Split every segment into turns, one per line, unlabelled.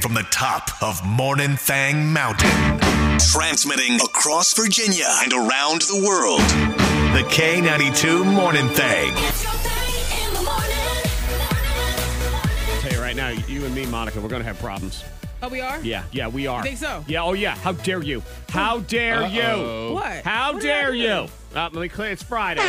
from the top of Morning Thang Mountain, transmitting across Virginia and around the world. The K92 Morning Thang.
It's your thing in the morning.
Tell you right now, you and me, Monica, we're gonna have problems.
Oh, we are?
Yeah, yeah, we are.
think so?
Yeah. Oh, yeah. How dare you? How dare you?
What?
How
What did I
dare
do?
you? Uh, let me clear. It's Friday.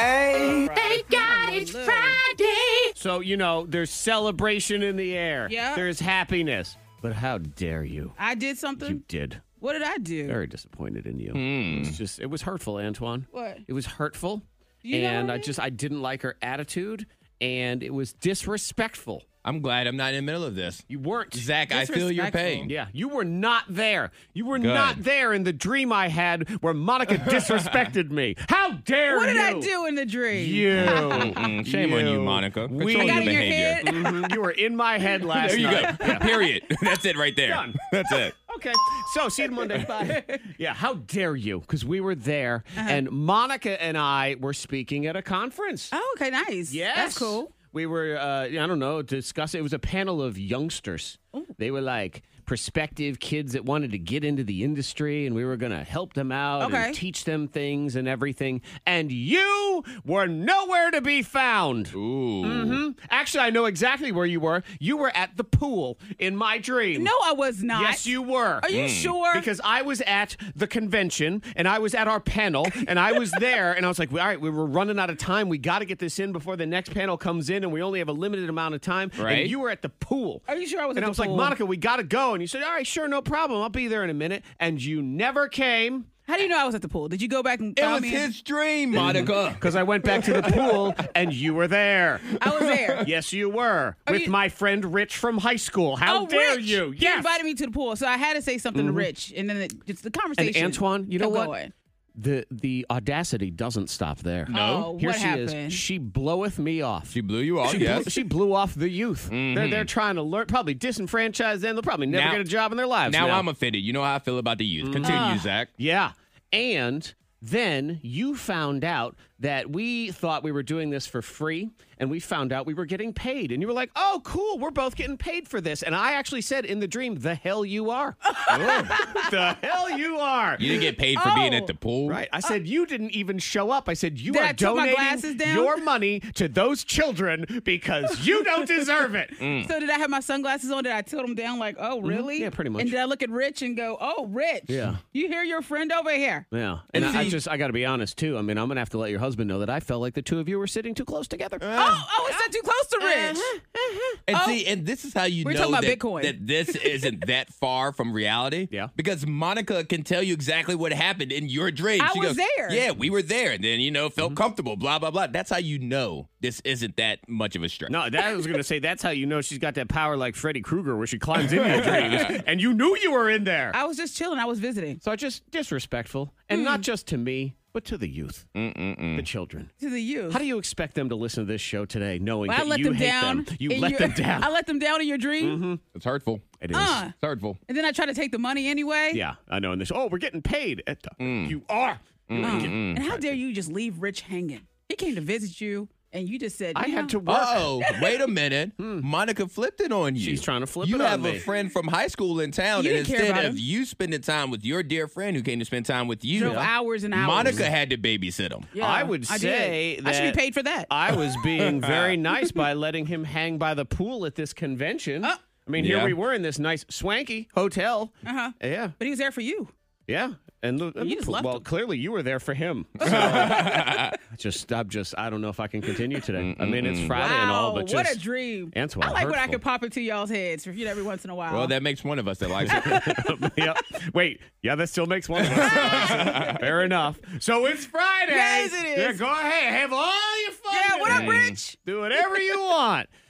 They got it Friday.
So you know, there's celebration in the air.
Yeah.
There's happiness. But how dare you?
I did
You
something.
did.
What did I do?
Very disappointed in you. It's just. It was hurtful, Antoine.
What?
It was hurtful.
You know
and
what
I
it
just I didn't like her attitude, and it was disrespectful.
I'm glad I'm not in the middle of this.
You weren't.
Zach, I feel your
Disrespectful.
pain.
Yeah, you were not there. You were
Good.
not there in the dream I had where Monica disrespected me. How dare
What
you?
did I do in the dream?
You.
Mm, shame on you, Monica.
We-
Control
I got in
your
your
behavior.
head.
Mhm, you were in my head last
There you go.
night.
Period. That's it right there.
Done.
That's it.
Okay, so see you Monday. Bye. Yeah, how dare you? Because we were there,
Uh-huh.
and Monica and I were speaking at a conference.
Oh, okay, nice.
Yes.
That's cool.
We were, uh, I don't know, discussing. It was a panel of youngsters. They were like prospective kids that wanted to get into the industry, and we were going to help them out
Okay.
and teach them things and everything. And you were nowhere to be found.
Ooh.
Mm-hmm.
Mhm. Actually, I know exactly where you were. You were at the pool in my dream.
No, I was not.
Yes, you were.
Are you sure?
Because I was at the convention and I was at our panel and I was there and I was like, all right, we were running out of time. We got to get this in before the next panel comes in and we only have a limited amount of time.
Right.
And you were at the pool.
Are you sure I was
And I
at the
was like,
pool?
Monica, we got to go. And you said, all right, sure, no problem. I'll be there in a minute. And you never came.
How do you know I was at the pool? Did you go back and
It
follow
was
me?
his dream, Monica.
Because I went back to the pool and you were there.
I was there.
Yes, you were. with
you-
my friend Rich from high school. How
oh,
dare
Rich.
you?
He
Yes. Mm-hmm.
invited me to the pool, so I had to say something to Rich, and then it, it's the
and
conversation. Oh,
Antoine, you know
kept
what?
going.
the the audacity doesn't stop there.
No. Oh,
here
what
she
happened?
is. She bloweth me off.
She blew you off,
She,
Oh, yes. Mm-hmm.
blew, she blew off the youth. They're they're trying to learn, probably disenfranchise them. They'll probably never
Now-
get a job in their lives.
now,
Now,
I'm offended. You know how I feel about the
Mm-hmm.
youth. Continue,
Ah.
Zach.
yeah. And then you found out that we thought we were doing this for free, and we found out we were getting paid. And you were like, "Oh, cool, we're both getting paid for this." And I actually said in the dream, "The hell you are, the hell you are."
You didn't get paid
Oh.
for being at the pool.
Right. I said, you didn't even show up. I said, you
Did
are
I put my glasses
donating
down?
your money to those children because you don't deserve it.
So did I have my sunglasses on? Did I tilt them down like, oh, really?
Mm. Mm-hmm. Yeah, pretty much.
And did I look at Rich and go, oh, Rich?
Yeah.
You hear your friend over here?
Yeah. And I, I just, I got to be honest, too. I mean, I'm going to have to let your husband know that I felt like the two of you were sitting too close together. Ah!
Oh, oh, it's not too close to Rich.
Uh-huh.
And see, and this is how you
Oh. We're
know
talking about
that,
Bitcoin.
that this isn't that far from reality.
Yeah.
Because Monica can tell you exactly what happened in your dream.
I
She
was
goes,
there.
Yeah, we were there. And then, you know, felt
Mm-hmm.
comfortable, blah, blah, blah. That's how you know this isn't that much of a stretch.
No, that I was going to say, that's how you know she's got that power like Freddy Krueger where she climbs in your dreams. And you knew you were in there.
I was just chilling. I was visiting
so I just disrespectful. And
Hmm.
not just to me, but to the youth, the children.
to the youth.
How do you expect them to listen to this show today knowing
Well, I
that
let
you
them
hate
down.
them? You
in
let
your-
them down. Mm-hmm.
I let them down in your dream.
It's hurtful.
it is.
Uh,
It's hurtful.
and then I try to take the money anyway.
Yeah, I know. And they say, oh, we're getting paid. At the,
Mm.
You are. You ain't getting-
Uh-uh. And how dare you just leave Rich hanging? He came to visit you, and you just said,
I
you
had
know,
to work.
Oh, wait a minute.
Hmm.
Monica flipped it on you.
She's trying to flip
you
it on
have a
me.
friend from high school in town,
You didn't
and
care
instead
about
of
him.
you spending time with your dear friend who came to spend time with you,
Drove hours and hours.
Monica had to babysit him.
Yeah,
I would
I did.
say that
I should be paid for that.
I was being very nice by letting him hang by the pool at this convention.
Uh.
I mean,
Yeah.
here we were in this nice, swanky hotel.
Uh-huh.
Yeah,
but he was there for you.
yeah. And look,
You just left
well,
him.
clearly you were there for him. So, just, I'm just, I don't know if I can continue today. I mean, it's Friday
wow,
and all, but
what a
just
dream.
Antoine,
I like when I
hurtful.
could pop into y'all's heads you know, every once in a while.
Well, that makes one of us that likes it.
yep. Wait, yeah, that still makes one of us. Fair enough. So it's Friday.
Yes, it is.
Yeah, go ahead. Have all your fun.
yeah, what up,
today.
Rich?
Do whatever you want.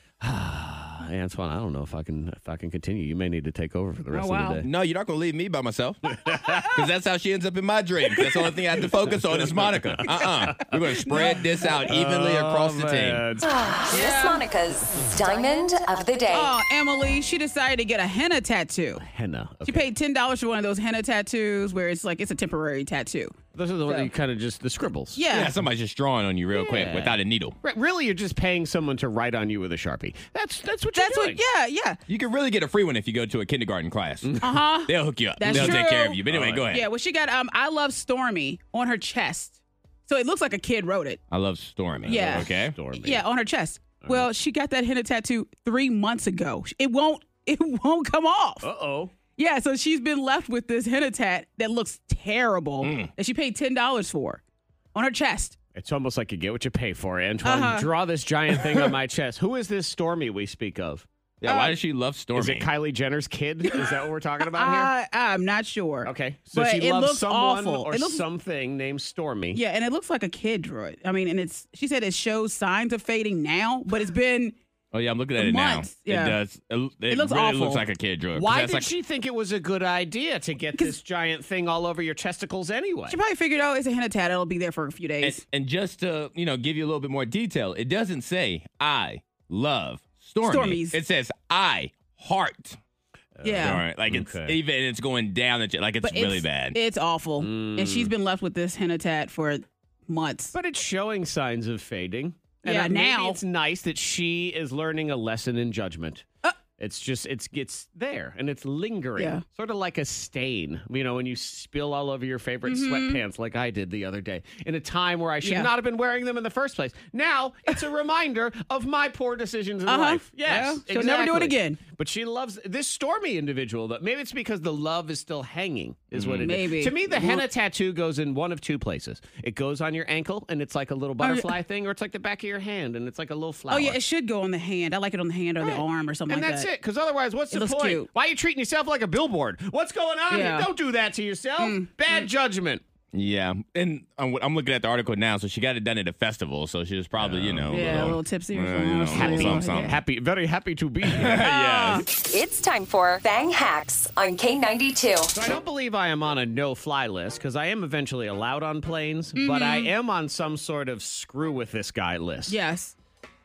Antoine, I don't know if I can if I can continue. You may need to take over for the rest
Oh, wow.
of the day.
no, you're not going to leave me by myself. Because that's how she ends up in my dream. That's the only thing I have to focus on is Monica. Uh-uh. We're going to spread this out evenly
Oh,
across the team.
team.
Miss Monica's Diamond of the Day.
Oh, Emily, she decided to get a henna tattoo.
Henna.
She paid ten dollars for one of those henna tattoos, where it's like it's a temporary tattoo.
Those are the ones
So-
that you kind of just the scribbles.
Yeah.
Yeah, somebody's just drawing on you real quick
Yeah.
without a needle.
Right, really, you're just paying someone to write on you with a sharpie. That's that's what
That's
you're
what.
doing.
Yeah. Yeah.
You can really get a free one if you go to a kindergarten class.
Uh huh.
They'll hook you up.
That's
They'll take
true.
care of you. But anyway, go ahead.
Yeah. Well, she got um, I love Stormy on her chest, so it looks like a kid wrote it.
I love Stormy.
Yeah.
Okay.
Stormy.
Yeah, on her chest. Well, she got that henna tattoo three months ago. It won't. It won't come off.
Uh oh.
Yeah, so she's been left with this henna tat that looks terrible
Mm.
that she paid ten dollars for on her chest.
It's almost like you get what you pay for, Antoine.
Uh-huh.
Draw this giant thing on my chest. Who is this Stormy we speak of?
Yeah.
Uh,
why does she love Stormy?
Is it Kylie Jenner's kid? Is that what we're talking about here?
I, I'm not sure.
Okay. So
but
she
it
loves
looks
someone
awful.
or
It looks-
something named Stormy.
Yeah, and it looks like a kid drew it. I mean, and it's she said it shows signs of fading now, but it's been
oh yeah, I'm looking at
The
it
months,
now.
yeah.
It does. It, it
looks
really
awful.
looks like a kid drew. it, 'cause
Why
that's
did
like-
she think it was a good idea to get this giant thing all over your testicles anyway?
she probably figured, oh, it's a henna tat. It'll be there for a few days.
And, and just to you know, give you a little bit more detail, it doesn't say I love Stormy.
Stormies.
It says I heart.
yeah,
All right, like it's
Okay.
even it's going down at you. Like it's
but
really bad.
It's awful, and she's been left with this henna tat for months.
But it's showing signs of fading.
Yeah,
uh, maybe
now-
it's nice that she is learning a lesson in judgment. it's just it's it's there and it's lingering,
Uh. Yeah.
sort of like a stain. You know, when you spill all over your favorite sweatpants, like I did the other day, in a time where I should
Mm-hmm. Yeah.
not have been wearing them in the first place. Now it's a reminder of my poor decisions in
Uh-huh.
life.
Well,
Yes,
she'll never do it
exactly.
again.
But she loves this stormy individual. That maybe it's because the love is still hanging. Is what it is.
Mm-hmm. Maybe.
to me the henna tattoo goes in one of two places. It goes on your ankle and it's like a little
yeah.
butterfly thing, or it's like the back of your hand and it's like a little flower.
oh yeah, it should go on the hand. I like it on the hand or the arm or something
and
like
that's it.
that.
Because otherwise, what's the
It looks
point?
cute.
Why are you treating yourself like a billboard? What's going on
Yeah. Mm.
here? Don't do that to yourself. Bad judgment.
yeah, and I'm, I'm looking at the article now. So she got it done at a festival. So she was probably you know
Yeah, a little tipsy or
Yeah,
something.
you know,
Or
happy.
something.
something.
Happy, very happy to be here.
yeah.
It's time for Bang Hacks on K92.
so I don't believe I am on a no-fly list because I am eventually allowed on planes, but I
Mm-hmm.
am on some sort of screw with this guy list.
Yes.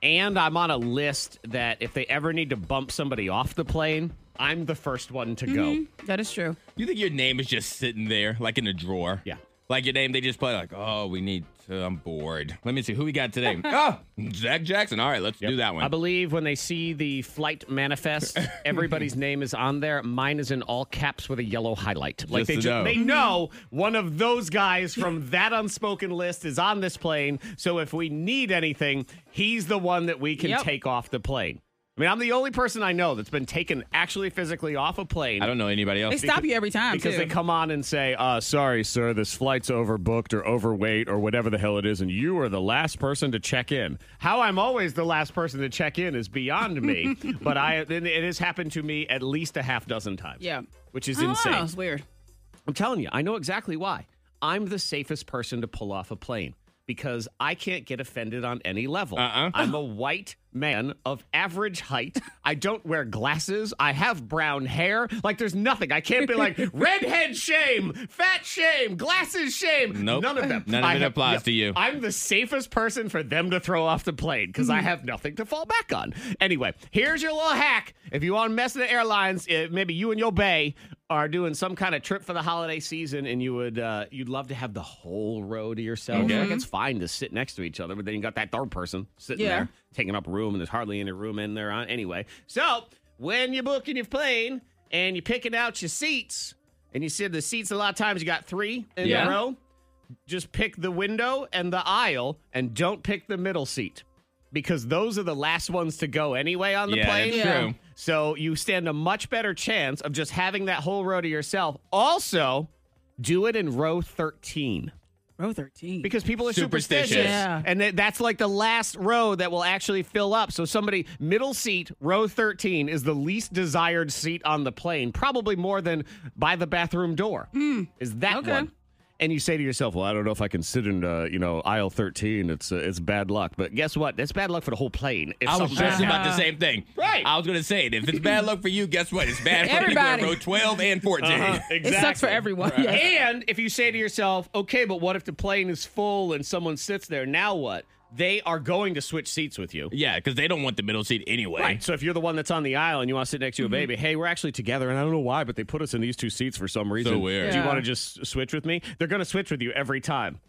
And I'm on a list that if they ever need to bump somebody off the plane, I'm the first one to go.
That is true.
You think your name is just sitting there, like in a drawer?
Yeah.
Like your name, they just put like, oh, we need. To, I'm bored. Let me see who we got today. oh, Zach Jackson. All right, let's do that one.
I believe when they see the flight manifest, everybody's name is on there. Mine is in all caps with a yellow highlight. Like
Just
they
to
ju-
know.
they know one of those guys from that unspoken list is on this plane. So if we need anything, he's the one that we can
Yep.
take off the plane. I mean, I'm the only person I know that's been taken actually physically off a plane
I don't know anybody
They
else.
stop you every time
because
too.
they come on and say, uh, "Sorry, sir, this flight's overbooked or overweight or whatever the hell it is, and you are the last person to check in." How I'm always the last person to check in is beyond me, but I it it has happened to me at least a half dozen times.
Yeah.
which is
Oh,
insane.
It's weird.
I'm telling you, I know exactly why. I'm the safest person to pull off a plane because I can't get offended on any level.
Uh-uh.
I'm a white man of average height. I don't wear glasses. I have brown hair. Like, there's nothing. I can't be like, redhead shame, fat shame, glasses shame.
Nope.
None of them.
None of
I
it applies to you.
I'm the safest person for them to throw off the plane because I have nothing to fall back on. Anyway, here's your little hack. If you want to mess with the airlines, eh, maybe you and your bay are doing some kind of trip for the holiday season, and you would uh, you'd love to have the whole row to yourself.
Okay.
Like it's fine to sit next to each other, but then you got that third person sitting
Yeah.
there taking up room, and there's hardly any room in there on anyway. So when you're booking your plane and you're picking out your seats, and you see the seats a lot of times you got three in
Yeah.
a row just pick the window and the aisle and don't pick the middle seat because those are the last ones to go anyway on the
Yeah,
plane.
that's true. Yeah.
So you stand a much better chance of just having that whole row to yourself. Also, do it in row 13
Row thirteen.
because people are superstitious,
Superstitious.
Yeah.
and that- that's like the last row that will actually fill up. So somebody middle seat, row 13 is the least desired seat on the plane, probably more than by the bathroom door. Is that
Hmm. Okay.
one? And you say to yourself, "Well, I don't know if I can sit in, uh, you know, aisle 13. It's uh, it's bad luck." But guess what? That's bad luck for the whole plane. If
I was
something
just
bad-
about the same thing.
Right.
I was gonna say it. If it's bad luck for you, guess what? It's bad for people in
Everybody.
row twelve and 14
Uh-huh.
it sucks for everyone. Yeah.
And if you say to yourself, okay, but what if the plane is full and someone sits there? Now what? they are going to switch seats with you.
Yeah, because they don't want the middle seat anyway.
Right. So if you're the one that's on the aisle and you want to sit next to a
Mm-hmm.
baby, hey, we're actually together, and I don't know why, but they put us in these two seats for some reason.
weird.
Do you
Yeah.
want to just switch with me? They're going to switch with you every time.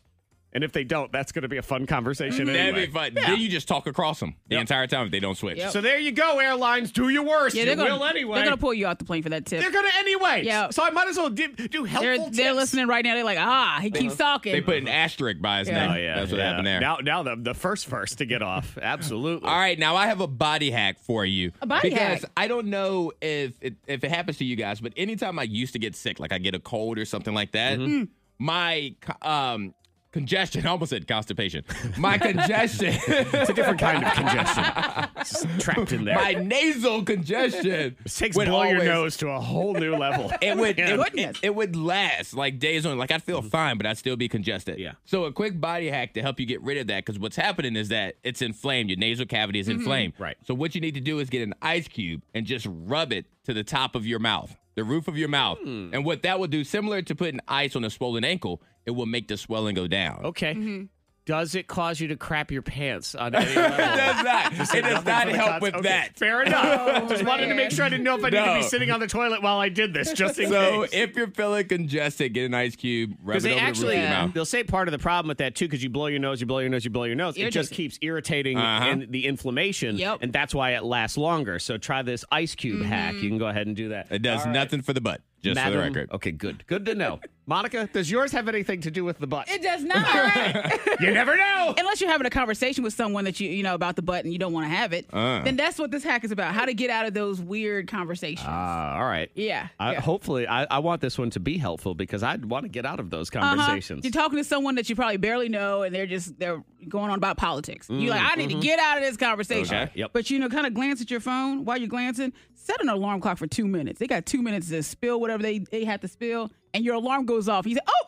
And if they don't, that's going to be a fun conversation.
Mm-hmm. That'd
anyway.
be fun. Then you just talk across them the
Yep.
entire time if they don't switch.
Yep.
So there you go, airlines. Do your worst.
Yeah,
you
they're gonna,
will anyway.
They're gonna pull you off the plane for that tip.
They're gonna anyway.
Yeah.
So I might as well do, do helpful
They're,
tips.
they're listening right now. They're like, ah, he keeps talking.
They put an asterisk by his
Yeah.
name.
Oh yeah,
That's what
yeah.
happened there.
Now, now the the first verse to get off. Absolutely.
All right, now I have a body hack for you.
A body
because
hack?
I don't know if it, if it happens to you guys, but anytime I used to get sick, like I get a cold or something like that,
Mm-hmm.
Mm.
my co- um congestion, I almost said constipation. My congestion,
It's a different kind of congestion. It's trapped in there.
my nasal congestion
It takes
would
blow your
always-
nose to a whole new level.
It would,
Yeah. Mm-hmm.
it, would-
Goodness.
it would last like days on. Like I'd feel fine, but I'd still be congested.
Yeah.
So a quick body hack to help you get rid of that, because what's happening is that it's inflamed. Your nasal cavity is inflamed.
Right.
So what you need to do is get an ice cube and just rub it to the top of your mouth, the roof of your mouth,
Hmm.
and what that will do, similar to putting ice on a swollen ankle, it will make the swelling go down.
okay.
Mm-hmm.
Does it cause you to crap your pants on any level?
It does not. It does not help with that.
Fair enough. Just wanted to
man.
make sure I didn't know if I needed to be
No.
sitting on the toilet while I did this, just in
So
case.
if you're feeling congested, get an ice cube, rub it
Because
over
they actually,
the roof of your mouth.
they'll say part of the problem with that too, because you blow your nose, you blow your nose, you blow your nose. It just
Irritating.
keeps irritating
Uh-huh.
and the inflammation,
Yep. Mm-hmm.
and that's why it lasts longer. So try this ice cube hack. You can go ahead and do that.
It does nothing for the butt, just for the
Madam-
record.
Okay, good. Good to know. Monica, does yours have anything to do with the butt?
it does not.
you never know.
Unless you're having a conversation with someone that you you know about the butt and you don't want to have it,
Uh.
then that's what this hack is about. How to get out of those weird conversations.
Ah, all right.
yeah.
I,
yeah.
Hopefully, I, I want this one to be helpful because I'd want to get out of those
Uh-huh.
conversations.
You're talking to someone that you probably barely know, and they're just they're going on about politics. you're like, I need to get out of this conversation.
Mm-hmm. Okay.
Yep.
But you know, kind of glance at your phone while you're glancing. Set an alarm clock for two minutes. They got two minutes to spill whatever they they have to spill, and your alarm goes off. You say, Oh,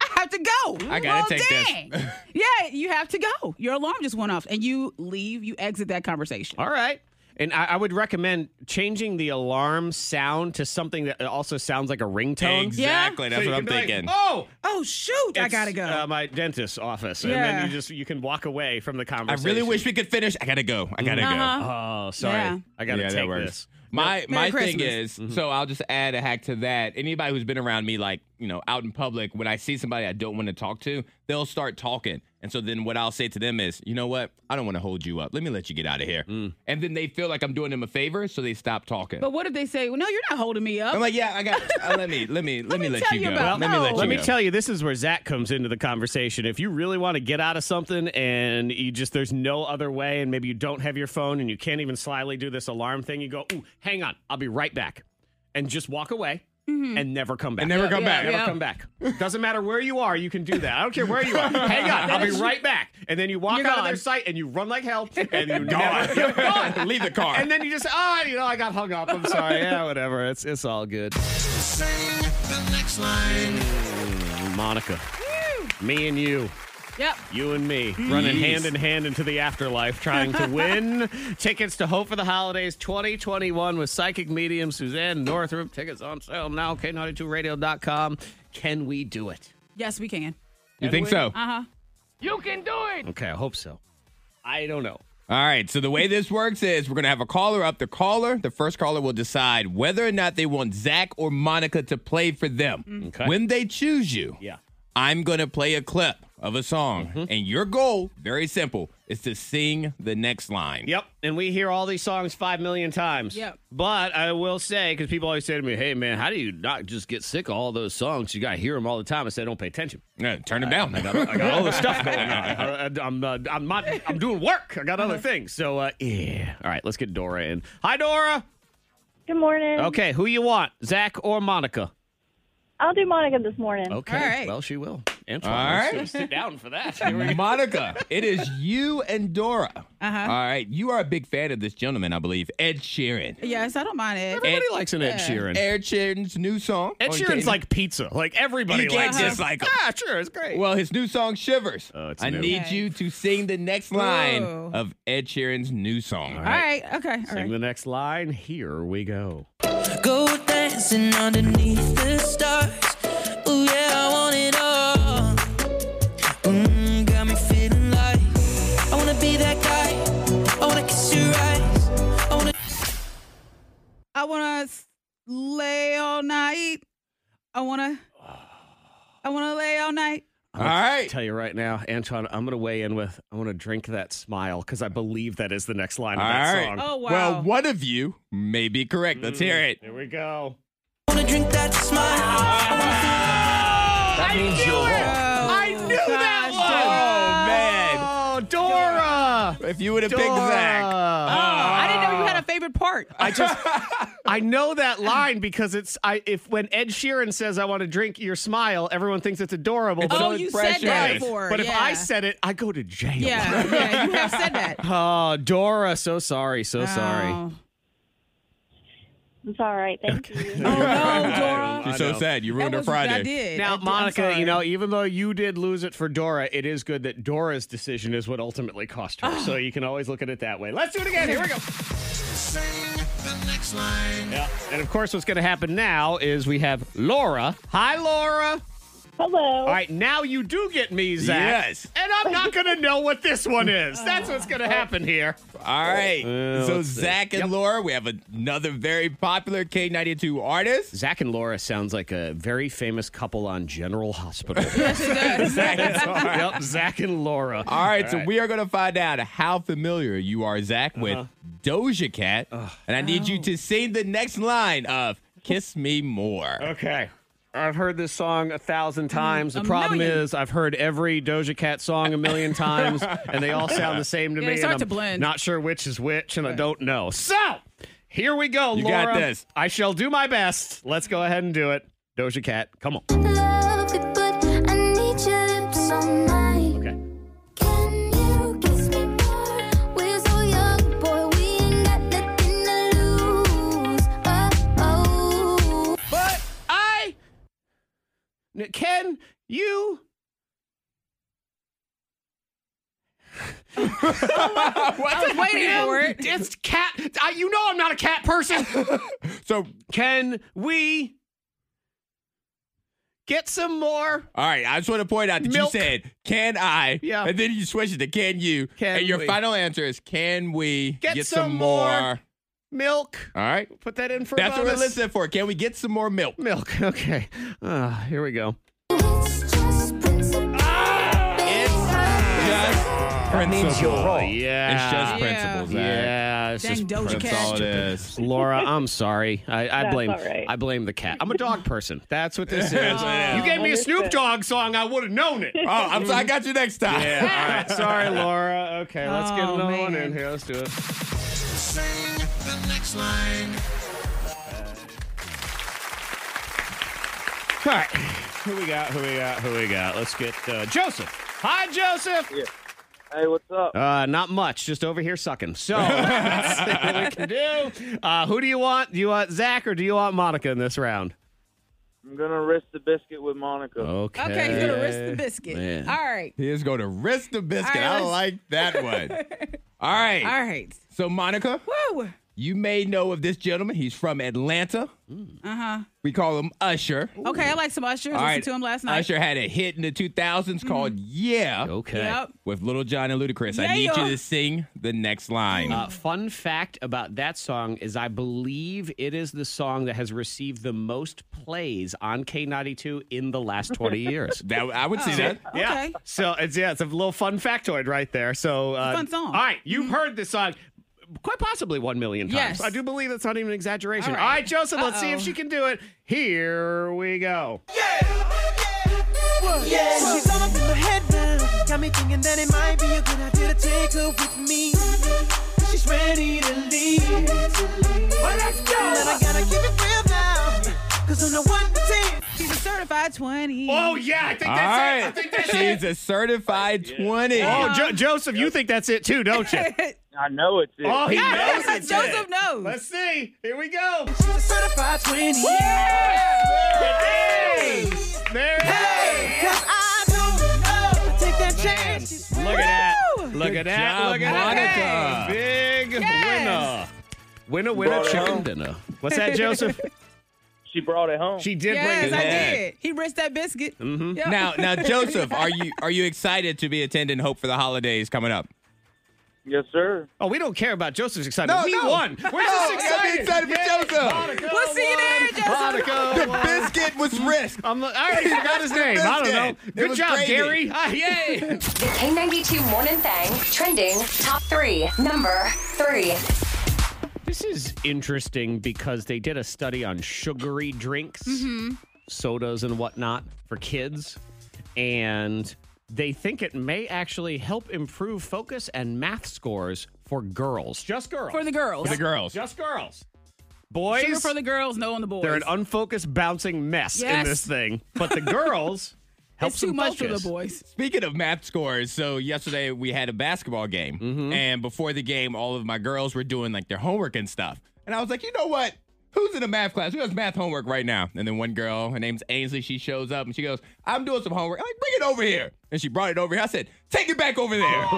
I have to go.
I gotta
Well,
take this.
dang. yeah, you have to go. Your alarm just went off, and you leave. You exit that conversation.
All right. And I, I would recommend changing the alarm sound to something that also sounds like a ringtone.
Exactly. That's
So you
what I'm
can be like,
thinking.
oh,
Oh shoot, I
it's,
gotta go.
um,
Uh, my dentist's office, and then
Yeah.
you just you can walk away from the
I
conversation.
really wish we could finish. I gotta go. I gotta
Uh-huh.
go.
Oh, sorry,
Yeah.
I gotta
Yeah, that
take
works.
this.
My my
Merry
thing is,
Mm-hmm.
so I'll just add a hack to that. Anybody who's been around me, like you know, out in public, when I see somebody I don't want to talk to, they'll start talking, and so then what I'll say to them is, you know what, I don't want to hold you up. Let me let you get out of here, and then they feel like I'm doing them a favor, so they stop talking.
Mm. but what if they say, Well, no, you're not holding me up.
I'm like, yeah, I got. uh, let me let me let, me
me
let
tell
you
you
go.
about-
let me let
no.
you
Let me
go.
tell you, this is where Zach comes into the conversation. If you really want to get out of something and you just there's no other way, and maybe you don't have your phone and you can't even slyly do this alarm thing, you go, "Ooh, hang on, I'll be right back," and just walk away and never come back.
And never come
Yeah,
back.
Never
yeah.
come back. Doesn't matter where you are, you can do that. I don't care where you are. Hang on, I'll be right back. And then you walk
You're
out of their
gone.
sight and you run like hell and you
Gone.
never, you're gone.
Leave the car.
And then you just, oh, you know, I got hung up. I'm sorry. Yeah, whatever. It's it's all good. Mm, Monica, me and you.
yep.
You and me running
Yes.
hand in hand into the afterlife, trying to win tickets to Hope for the Holidays 2021 with psychic medium Suzanne Northrup. Tickets on sale now, K92radio.com. Can we do it?
Yes, we can. Uh-huh.
You think so?
Okay, I hope so. I don't know.
All right. So the way this works is we're gonna have a caller up. The caller, the first caller, will decide whether or not they want Zach or Monica to play for them.
Okay.
When they choose you,
Mm-hmm. Yeah. Mm-hmm.
I'm gonna play a clip of a song, and your goal, very simple, is to sing the next line.
Yep. And we hear all these songs five million times.
Yep.
But I will say, because people always say to me, hey, man, how do you not just get sick of all those songs? You got to hear them all the time. I say, don't pay attention.
Yeah, turn them down.
I got all this stuff going on. I, I- I'm, uh, I'm not. I'm doing work. I got other things. So uh, yeah. All right, let's get Dora in. Hi, Dora.
Good morning.
Okay, who you want, Zach or Monica?
I'll do Monica this morning.
Okay.
All right.
Well, she will. Antoine,
All
let's
right.
sit down for that.
Monica, it is you and Dora. Uh-huh. right. You are a big fan of this gentleman, I believe, Ed Sheeran.
Yes, I don't mind it.
Everybody likes an Ed Sheeran.
Ed Sheeran's new song.
Ed
on
Sheeran's
K-
like pizza. Like everybody
You can't
likes it.
dislike him.
Ah, sure, it's great.
Well, his new song Shivers.
Oh, it's
I
new.
need
Okay.
you to sing the next line
Ooh.
of Ed Sheeran's new song.
All right. Okay. All
Sing
right.
the next line. Here we go.
Go dancing underneath the stars. Ooh, yeah, I want it all. Mm, got me feeling like
lay all night. I wanna, I wanna lay all night.
I'm gonna
All right.
Tell you right now, Anton, I'm going to weigh in with I'm going to drink that smile because I believe that is the next line of that
All
song.
right.
Oh wow.
Well, one of you may be correct. Let's hear it.
Here we go.
Wanna drink that smile.
That means Uh, you're
I knew
that one! Oh,
Oh, man.
Dora.
If you would have
Dora.
picked Zach.
Oh,
Oh. Ah.
I didn't know you had a favorite part.
I just I know that line because it's I if when Ed Sheeran says I want to drink your smile, everyone thinks it's adorable.
It's
But,
oh,
so
you said that
impressionist.
before.
but if
yeah.
I said it, I go to jail.
yeah, yeah, you have said that.
Oh, Dora, so sorry, so sorry.
Oh.
It's all right. Thank you.
Oh, no,
Uh,
Dora.
She's
I
so
know.
sad. You
That
ruined her
was- I
Friday.
did. I
Now,
did. I'm
Monica, you
sorry.
know, even though you did lose it for Dora, it is good that Dora's decision is what ultimately cost her. So you can always look at it that way. Let's do it again. Here we go. Yeah. And of course, what's going to happen now is we have Laura. Hi, Laura.
Oh.
Hello.
All right, now you do get me, Zach.
Yes.
And I'm not going to know what this one is. That's what's
Oh.
going to happen here.
All right.
Uh,
so
let's see.
Zach and
Yep.
Laura, we have another very popular K92 artist.
Zach and Laura sounds like a very famous couple on General Hospital. yep, Zach and Laura.
All right, so we are going to find out how familiar you are, Zach,
Uh-huh.
with Doja Cat. And I need you to sing the next line of Kiss Me More.
Okay. I've heard this song a thousand times. The
Mm, a
problem
million.
is I've heard every Doja Cat song a million times, and they all sound the same to
Yeah,
me.
they start
and
to
I'm
blend.
Not sure which is which, and I don't know. So here we go,
You
Laura.
got this.
I shall do my best. Let's go ahead and do it. Doja Cat, come on.
Love it, but I need your lips on mine.
Okay.
Can you kiss me more? We're so young, boy. We ain't got nothing to lose. Oh, oh.
But I N- can you.
I was waiting for it.
It's cat. I, you know I'm not a cat person.
So,
Can we get some more?
all right, I just want to point out that
Milk.
you said, Can I?
Yeah.
And then you switch it to Can You?
Can
and your
we?
final answer is Can we
Get some more.
All
Milk.
right.
Put that in for
That's what we're
bonus.
listening for. Can we get some more milk?
Milk. Okay. Uh, here we go.
It's just principle.
Just principles.
Yeah.
It's just
Yeah.
principles. Zach.
Yeah. It's
Dang
just
Doja
principles.
That's
Cat.
all it is.
Laura, I'm sorry. I, I
That's
blame
all right.
I blame the cat. I'm a dog person. That's what this
That's
is.
what it is.
you gave me a Snoop
Understood.
Dogg song, I would have known it.
Oh, I'm sorry. I got you next time.
Yeah, all right. Sorry, Laura. Okay, let's get
Oh,
another one
man.
in here. Let's do it. All right. Who we got? Who we got? Who we got? Let's get uh, Joseph. Hi, Joseph.
Hey, what's up?
Uh, not much. Just over here sucking. So let's see what we can do. Uh, who do you want? Do you want Zach or do you want Monica in this round?
I'm gonna risk the biscuit with Monica.
Okay.
Okay, he's gonna risk the biscuit.
Man.
All right,
He is going to risk the
All
biscuit.
right,
I
let's-
like that one. All right.
all right.
So, Monica,
Woo!
you may know of this gentleman. He's from Atlanta.
Uh
Uh-huh.
huh.
We call him Usher.
Okay, I like some Usher.
All
Listened
right.
to him last night.
Usher had a hit in the 2000s
Mm-hmm.
called Yeah
Okay.
Yep.
with Little John and Ludacris. I
Yeah,
need you
yeah.
to sing the next line.
Uh, fun fact about that song is I believe it is the song that has received the most plays on K92 in the last 20 years.
that, I would see
Oh.
that.
Yeah.
Oh, Okay.
So it's yeah, it's a little fun factoid right there. So uh,
fun song. Mm-hmm.
All right, you've heard this song quite possibly one million times.
Yes.
I do believe that's not even an exaggeration.
All
All
right.
right, Joseph, let's see if
Uh-oh.
she can do it. Here we go.
Yeah, she's all up to my head now. Got me thinking that it might be a good idea to take her with me. She's ready to leave. Well, let's go. But I gotta keep it real now. Cause I'm the one to take.
She's a certified twenty.
Oh yeah, I think that's
All
it. I
right.
think that's it.
She's a certified 20.
Oh, jo- Joseph, you think that's it too, don't you?
I know it's it.
Oh, he
Yeah,
knows it's
Joseph
it.
knows.
Let's see. Here we go.
She's a certified 20.
It is. There it is.
Cause I don't know. Take that chance. She's
Look at that.
Woo!
Look
Good
at that.
job,
Look at that.
Monica.
Big
Yes.
winner. Winner, winner,
Brought it
chicken
home.
dinner. What's that, Joseph?
She brought it home.
She did
yes,
bring Mm.
I
it home.
back.
did. He risked that biscuit. Yep.
Now, now, Joseph, are you are you excited to be attending Hope for the Holidays coming up?
Yes, sir.
Oh, we don't care about Joseph's excitement.
No,
we
no.
won. We're
No,
just
we gotta be excited
excited.
for Joseph.
Monica
We'll see you
won.
there, Joseph.
Monica
The
won.
biscuit was risk.
I'm, I already forgot his name. I don't know.
It
Good
was
job,
gravy.
Gary. Ah, yay.
The K92 Morning Thang trending top three. Number three.
This is interesting because they did a study on sugary drinks,
Mm-hmm.
sodas, and whatnot for kids. And they think it may actually help improve focus and math scores for girls. Just girls.
For the girls.
The girls.
Just girls. Boys.
Sugar for the girls, no on the boys.
They're an unfocused, bouncing mess in
Yes.
this thing. But the girls helps
it's too
them
much
focus.
for the boys.
Speaking of math scores, so yesterday we had a basketball game,
Mm-hmm.
and before the game, all of my girls were doing like their homework and stuff, and I was like, you know what? Who's in a math class? Who has math homework right now? And then one girl, her name's Ainsley, she shows up and she goes, I'm doing some homework. I'm like, bring it over here. And she brought it over here. I said, take it back over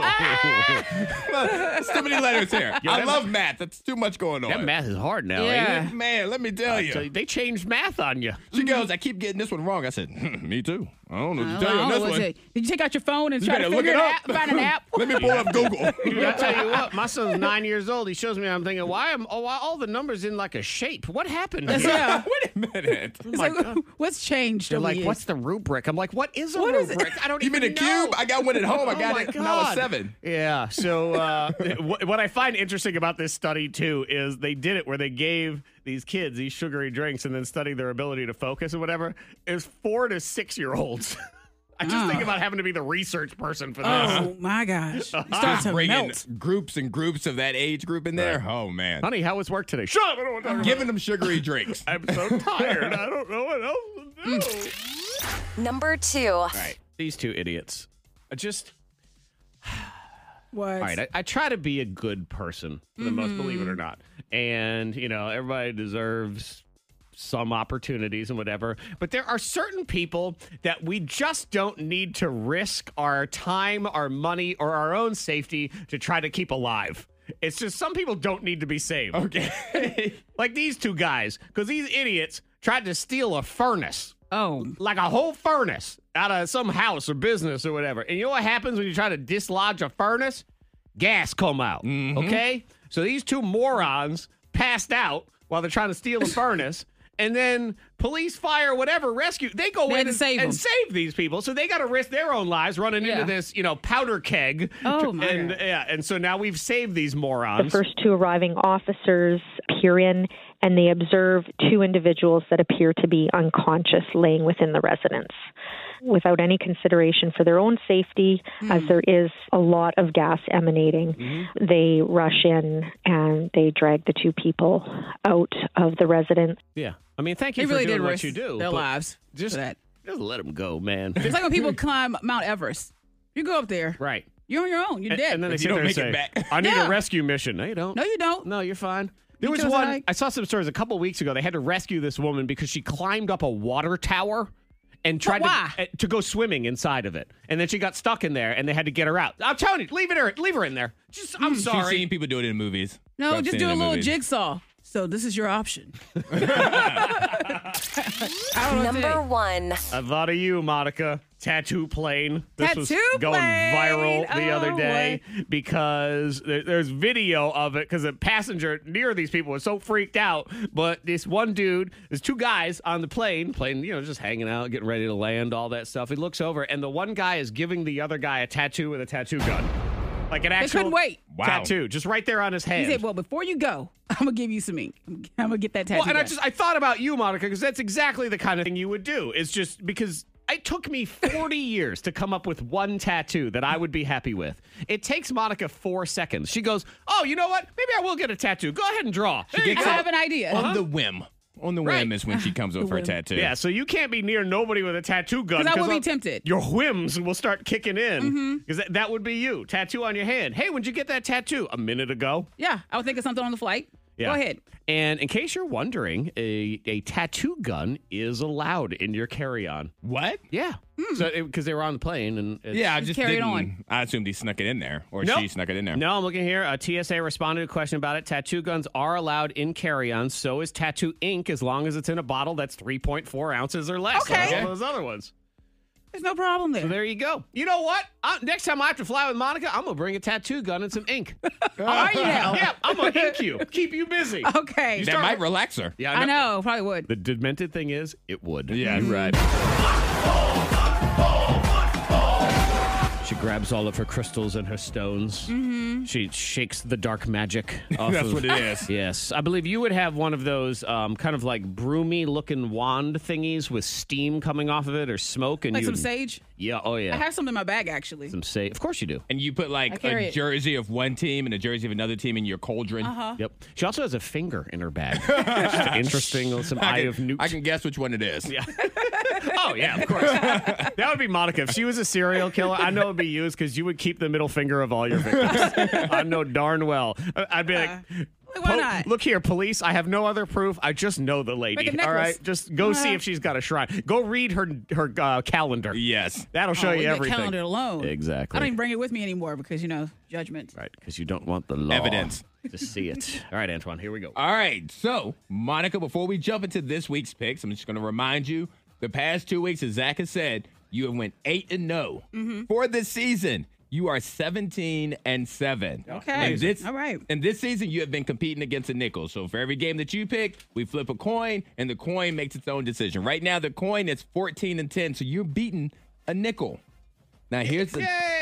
there. There's too many letters here. I
that-
love math. That's too much going on.
That math is hard now.
Yeah.
Man, let me tell you.
Ain't it? So they changed math on you.
She goes, I keep getting this one wrong. I said, me too. I don't know what
I
to
don't
tell you
know,
on this
what
one.
is it? Did you take out your phone and
You
try
better
to
look
figure
it
it
up.
out, find an app?
Oh
Let me pull up Google.
Dude, I tell you what, my son's nine years old. He shows me, I'm thinking, why am oh, why all the numbers in like a shape? What happened? here?
Yeah.
Wait a minute.
It's like, what's changed?
They're
over
like,
years?
what's the rubric? I'm like, what is a
What is it?
rubric? I don't
You
even
mean a
know.
cube? I got one at home. I
Oh
got
my
it when I was
God.
seven.
Yeah. So uh, what, what I find interesting about this study too is they did it where they gave these kids these sugary drinks and then studied their ability to focus or whatever. Is four to six year olds. I just
Ah.
think about having to be the research person for this.
Oh my gosh! It starts to
Bringing
melt.
groups and groups of that age group in there. Oh, man.
Honey, how was work today? Shut up! I don't want to talk about
Giving them sugary drinks. All
I'm so tired. I don't know what else to do.
Number two.
right.
These two idiots. I just
What?
all right. I, I try to be a good person for the most, believe it or not. And you know, everybody deserves some opportunities and whatever. But there are certain people that we just don't need to risk our time, our money, or our own safety to try to keep alive. It's just some people don't need to be saved.
Okay.
Like these two guys, because these idiots tried to steal a furnace.
oh,
like a whole furnace out of some house or business or whatever. And you know what happens when you try to dislodge a furnace? Gas come out.
Mm-hmm.
Okay? So these two morons passed out while they're trying to steal a furnace. And then police, fire, whatever, rescue. They go
They
in
had to
and,
save
and
'em.
save these people. So they got to risk their own lives running
Yeah.
into this, you know, powder keg.
Oh, my
and
God.
yeah, and so now we've saved these morons.
The first two arriving officers peer in and they observe two individuals that appear to be unconscious laying within the residence without any consideration for their own safety as there is a lot of gas emanating they rush in and they drag the two people out of the residence
yeah. I mean, thank you
they
for
really
doing
did
what
risk
you do.
their
but
lives.
Just,
for that.
just let them go, man.
It's like when people climb Mount Everest. You go up there,
right.
you're on your own. You're
And-
dead.
And then they
You
sit
don't
there and
make it
say,
back.
I need
Yeah.
a rescue mission. No, you don't.
no, you don't.
No, you're fine. There
You
was
chose
one,
like-
I saw some stories a couple weeks ago. They had to rescue this woman because she climbed up a water tower and tried to,
why?
uh, to go swimming inside of it. And then she got stuck in there and they had to get her out. I'm telling you, leave, it her, leave her in there. Just, I'm
She's
sorry.
seen people do it in movies.
No,
I've
just
seen
do
it
a
in
little
movies.
jigsaw. So this is your option. I don't know. what to
Number
say.
one.
I thought of you, Monica. Tattoo plane. This was
Tattoo
going
plane.
viral the
Oh,
other day because there, there's video of it because the passenger near these people was so freaked out. But this one dude, there's two guys on the plane, plane, you know, just hanging out, getting ready to land, all that stuff. He looks over, and the one guy is giving the other guy a tattoo with a tattoo gun, like an actual
couldn't wait.
Wow.
tattoo, just right there on his
He
hand.
said, "Well, before you go, I'm gonna give you some ink. I'm gonna get that tattoo."
Well, and I
done."
just I thought about you, Monica, because that's exactly the kind of thing you would do. It's just because it took me 40 years to come up with one tattoo that I would be happy with. It takes Monica four seconds. She goes, "Oh, you know what? Maybe I will get a tattoo. Go ahead and draw." There you
gets
go.
I have an Uh-huh. idea.
Uh-huh.
On the whim. On the whim
Right.
is when she comes up for a tattoo.
yeah, so you can't be near nobody with a tattoo gun.
'Cause I would be
uh,
tempted. Mm-hmm.
Your whims will start kicking in. Because that, that would be you. Tattoo on your hand. Hey, when'd you get that tattoo? A minute ago.
Yeah, I would think of something on the flight.
Yeah.
Go ahead.
And in case you're wondering, a, a tattoo gun is allowed in your carry on.
What?
Yeah. So because they were on the plane and it's-
Yeah, I just
carry it
didn't.
on.
I assumed he snuck it in there, or
Nope.
she snuck it in there.
No, I'm looking here. Uh, TSA responded to a question about it. Tattoo guns are allowed in carry-ons. So is tattoo ink, as long as it's in a bottle that's 3.4 ounces or less.
Okay.
Like all those other ones.
There's no problem there.
So there you go. You know what? I, next time I have to fly with Monica, I'm gonna bring a tattoo gun and some ink.
Are you now?
Yeah, I'm gonna ink you. Keep you busy.
Okay.
You
That
start-
might relax her.
Yeah,
I know, probably would.
The demented thing is, it would.
Yeah, you're right.
She grabs all of her crystals and her stones. She shakes the dark magic off
That's
of-
what it is.
Yes. I believe you would have one of those um, kind of like broomy looking wand thingies with steam coming off of it or smoke. and
Like
you
some sage.
Yeah. Oh, yeah.
I have some in my bag actually.
some sage. Of course you do.
And you put
I
like
carry
a
it.
jersey of one team and a jersey of another team in your cauldron.
Uh-huh.
Yep. She also has a finger in her bag. Just interesting. Some eye
I
of newt.
I can guess which one it is. Yeah.
Oh yeah, of course. that would be Monica. If she was a serial killer, I know it'd be used because you would keep the middle finger of all your victims. I know darn well. I- I'd be like.
Uh, Why
"Po-
not?"
Look here, police. I have no other proof. I just know the lady.
Make a
All
necklace. Uh-huh.
right, just go see if she's got a shrine. Go read her her uh, calendar.
Yes.
That'll show
Oh,
you
leave that
everything.
calendar alone.
Exactly.
I don't even bring it with me anymore because you know judgment.
right, because you don't want the law
Evidence.
to see it. All right, Antoine. Here we go.
All right. So, Monica, before we jump into this week's picks, I'm just going to remind you the past two weeks, as Zach has said, you have went 8 and no. For this season, you are 17 and 7.
Okay.
And this,
All right.
And this season, you have been competing against a nickel. So, for every game that you pick, we flip a coin and the coin makes its own decision. Right now, the coin is 14 and 10. So, you're beating a nickel. Now, here's the.
Yay!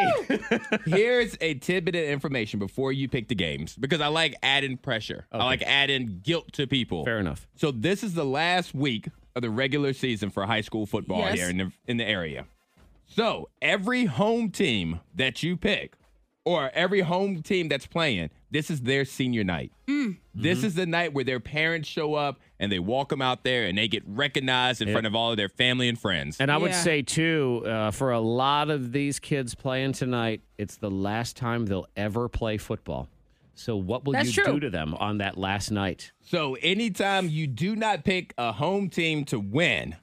Here's a tidbit of information before you pick the games because I like adding pressure. I like adding guilt to people.
Fair enough.
So this is the last week of the regular season for high school football
Yes.
here in the, in the area. So every home team that you pick, or every home team that's playing, this is their senior night.
Hmm. Mm-hmm.
This is the night where their parents show up and they walk them out there and they get recognized in front of all of their family and friends.
And I would
Yeah.
say too, uh, for a lot of these kids playing tonight, it's the last time they'll ever play football. So what will
That's
you
true.
do to them on that last night?
So anytime you do not pick a home team to win,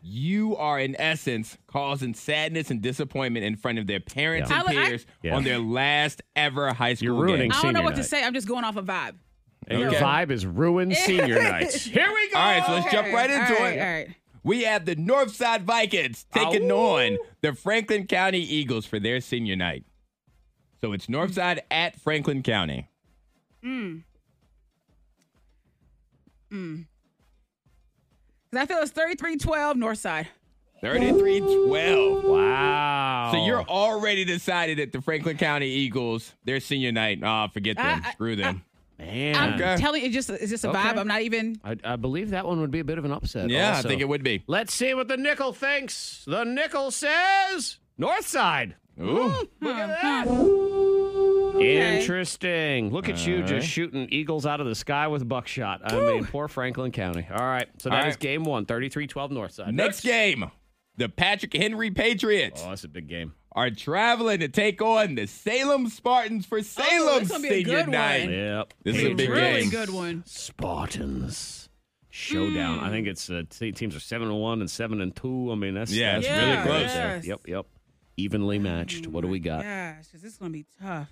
you are in essence causing sadness and disappointment in front of their parents
Yeah.
and
I li- I-
peers
Yeah.
on their last ever high school
ruining
game.
I don't know
Senior
what to
night.
say. I'm just going off a vibe.
And Your
Okay.
vibe is ruined senior night. Here we go.
All right, so let's jump right into
all right,
it.
All right.
We have the Northside Vikings taking on the Franklin County Eagles for their senior night. So it's Northside at Franklin County.
Because I feel it's 3312 Northside.
33 12.
Wow.
So you're already decided that the Franklin County Eagles, their senior night, ah, forget them,
I- I-
screw them.
I'm
man.
Okay.
telling you, it's just it's just a vibe.
Okay.
I'm not even.
I, I believe that one would be a bit of an upset.
yeah,
also.
I think it would be.
Let's see what the nickel thinks. The nickel says Northside.
Ooh,
Look at that. Interesting. Look at you just shooting eagles out of the sky with buckshot. I mean, poor Franklin County. All right. So that is
All right.
game one, 33 12 Northside.
next game, the Patrick Henry Patriots
Oh, that's a big game.
are traveling to take on the Salem Spartans for Salem's
Oh, gonna be a
senior
good one.
night.
Yep.
This is a big
really
game.
good one.
Spartans. Showdown. I think it's uh, te- teams are 7 and 1 and 7 and 2. I mean, that's,
Yeah,
that's
it's
really
really
close.
close.
yes.
Yep, yep. Evenly matched. What do we got?
Gosh, because this is gonna be tough.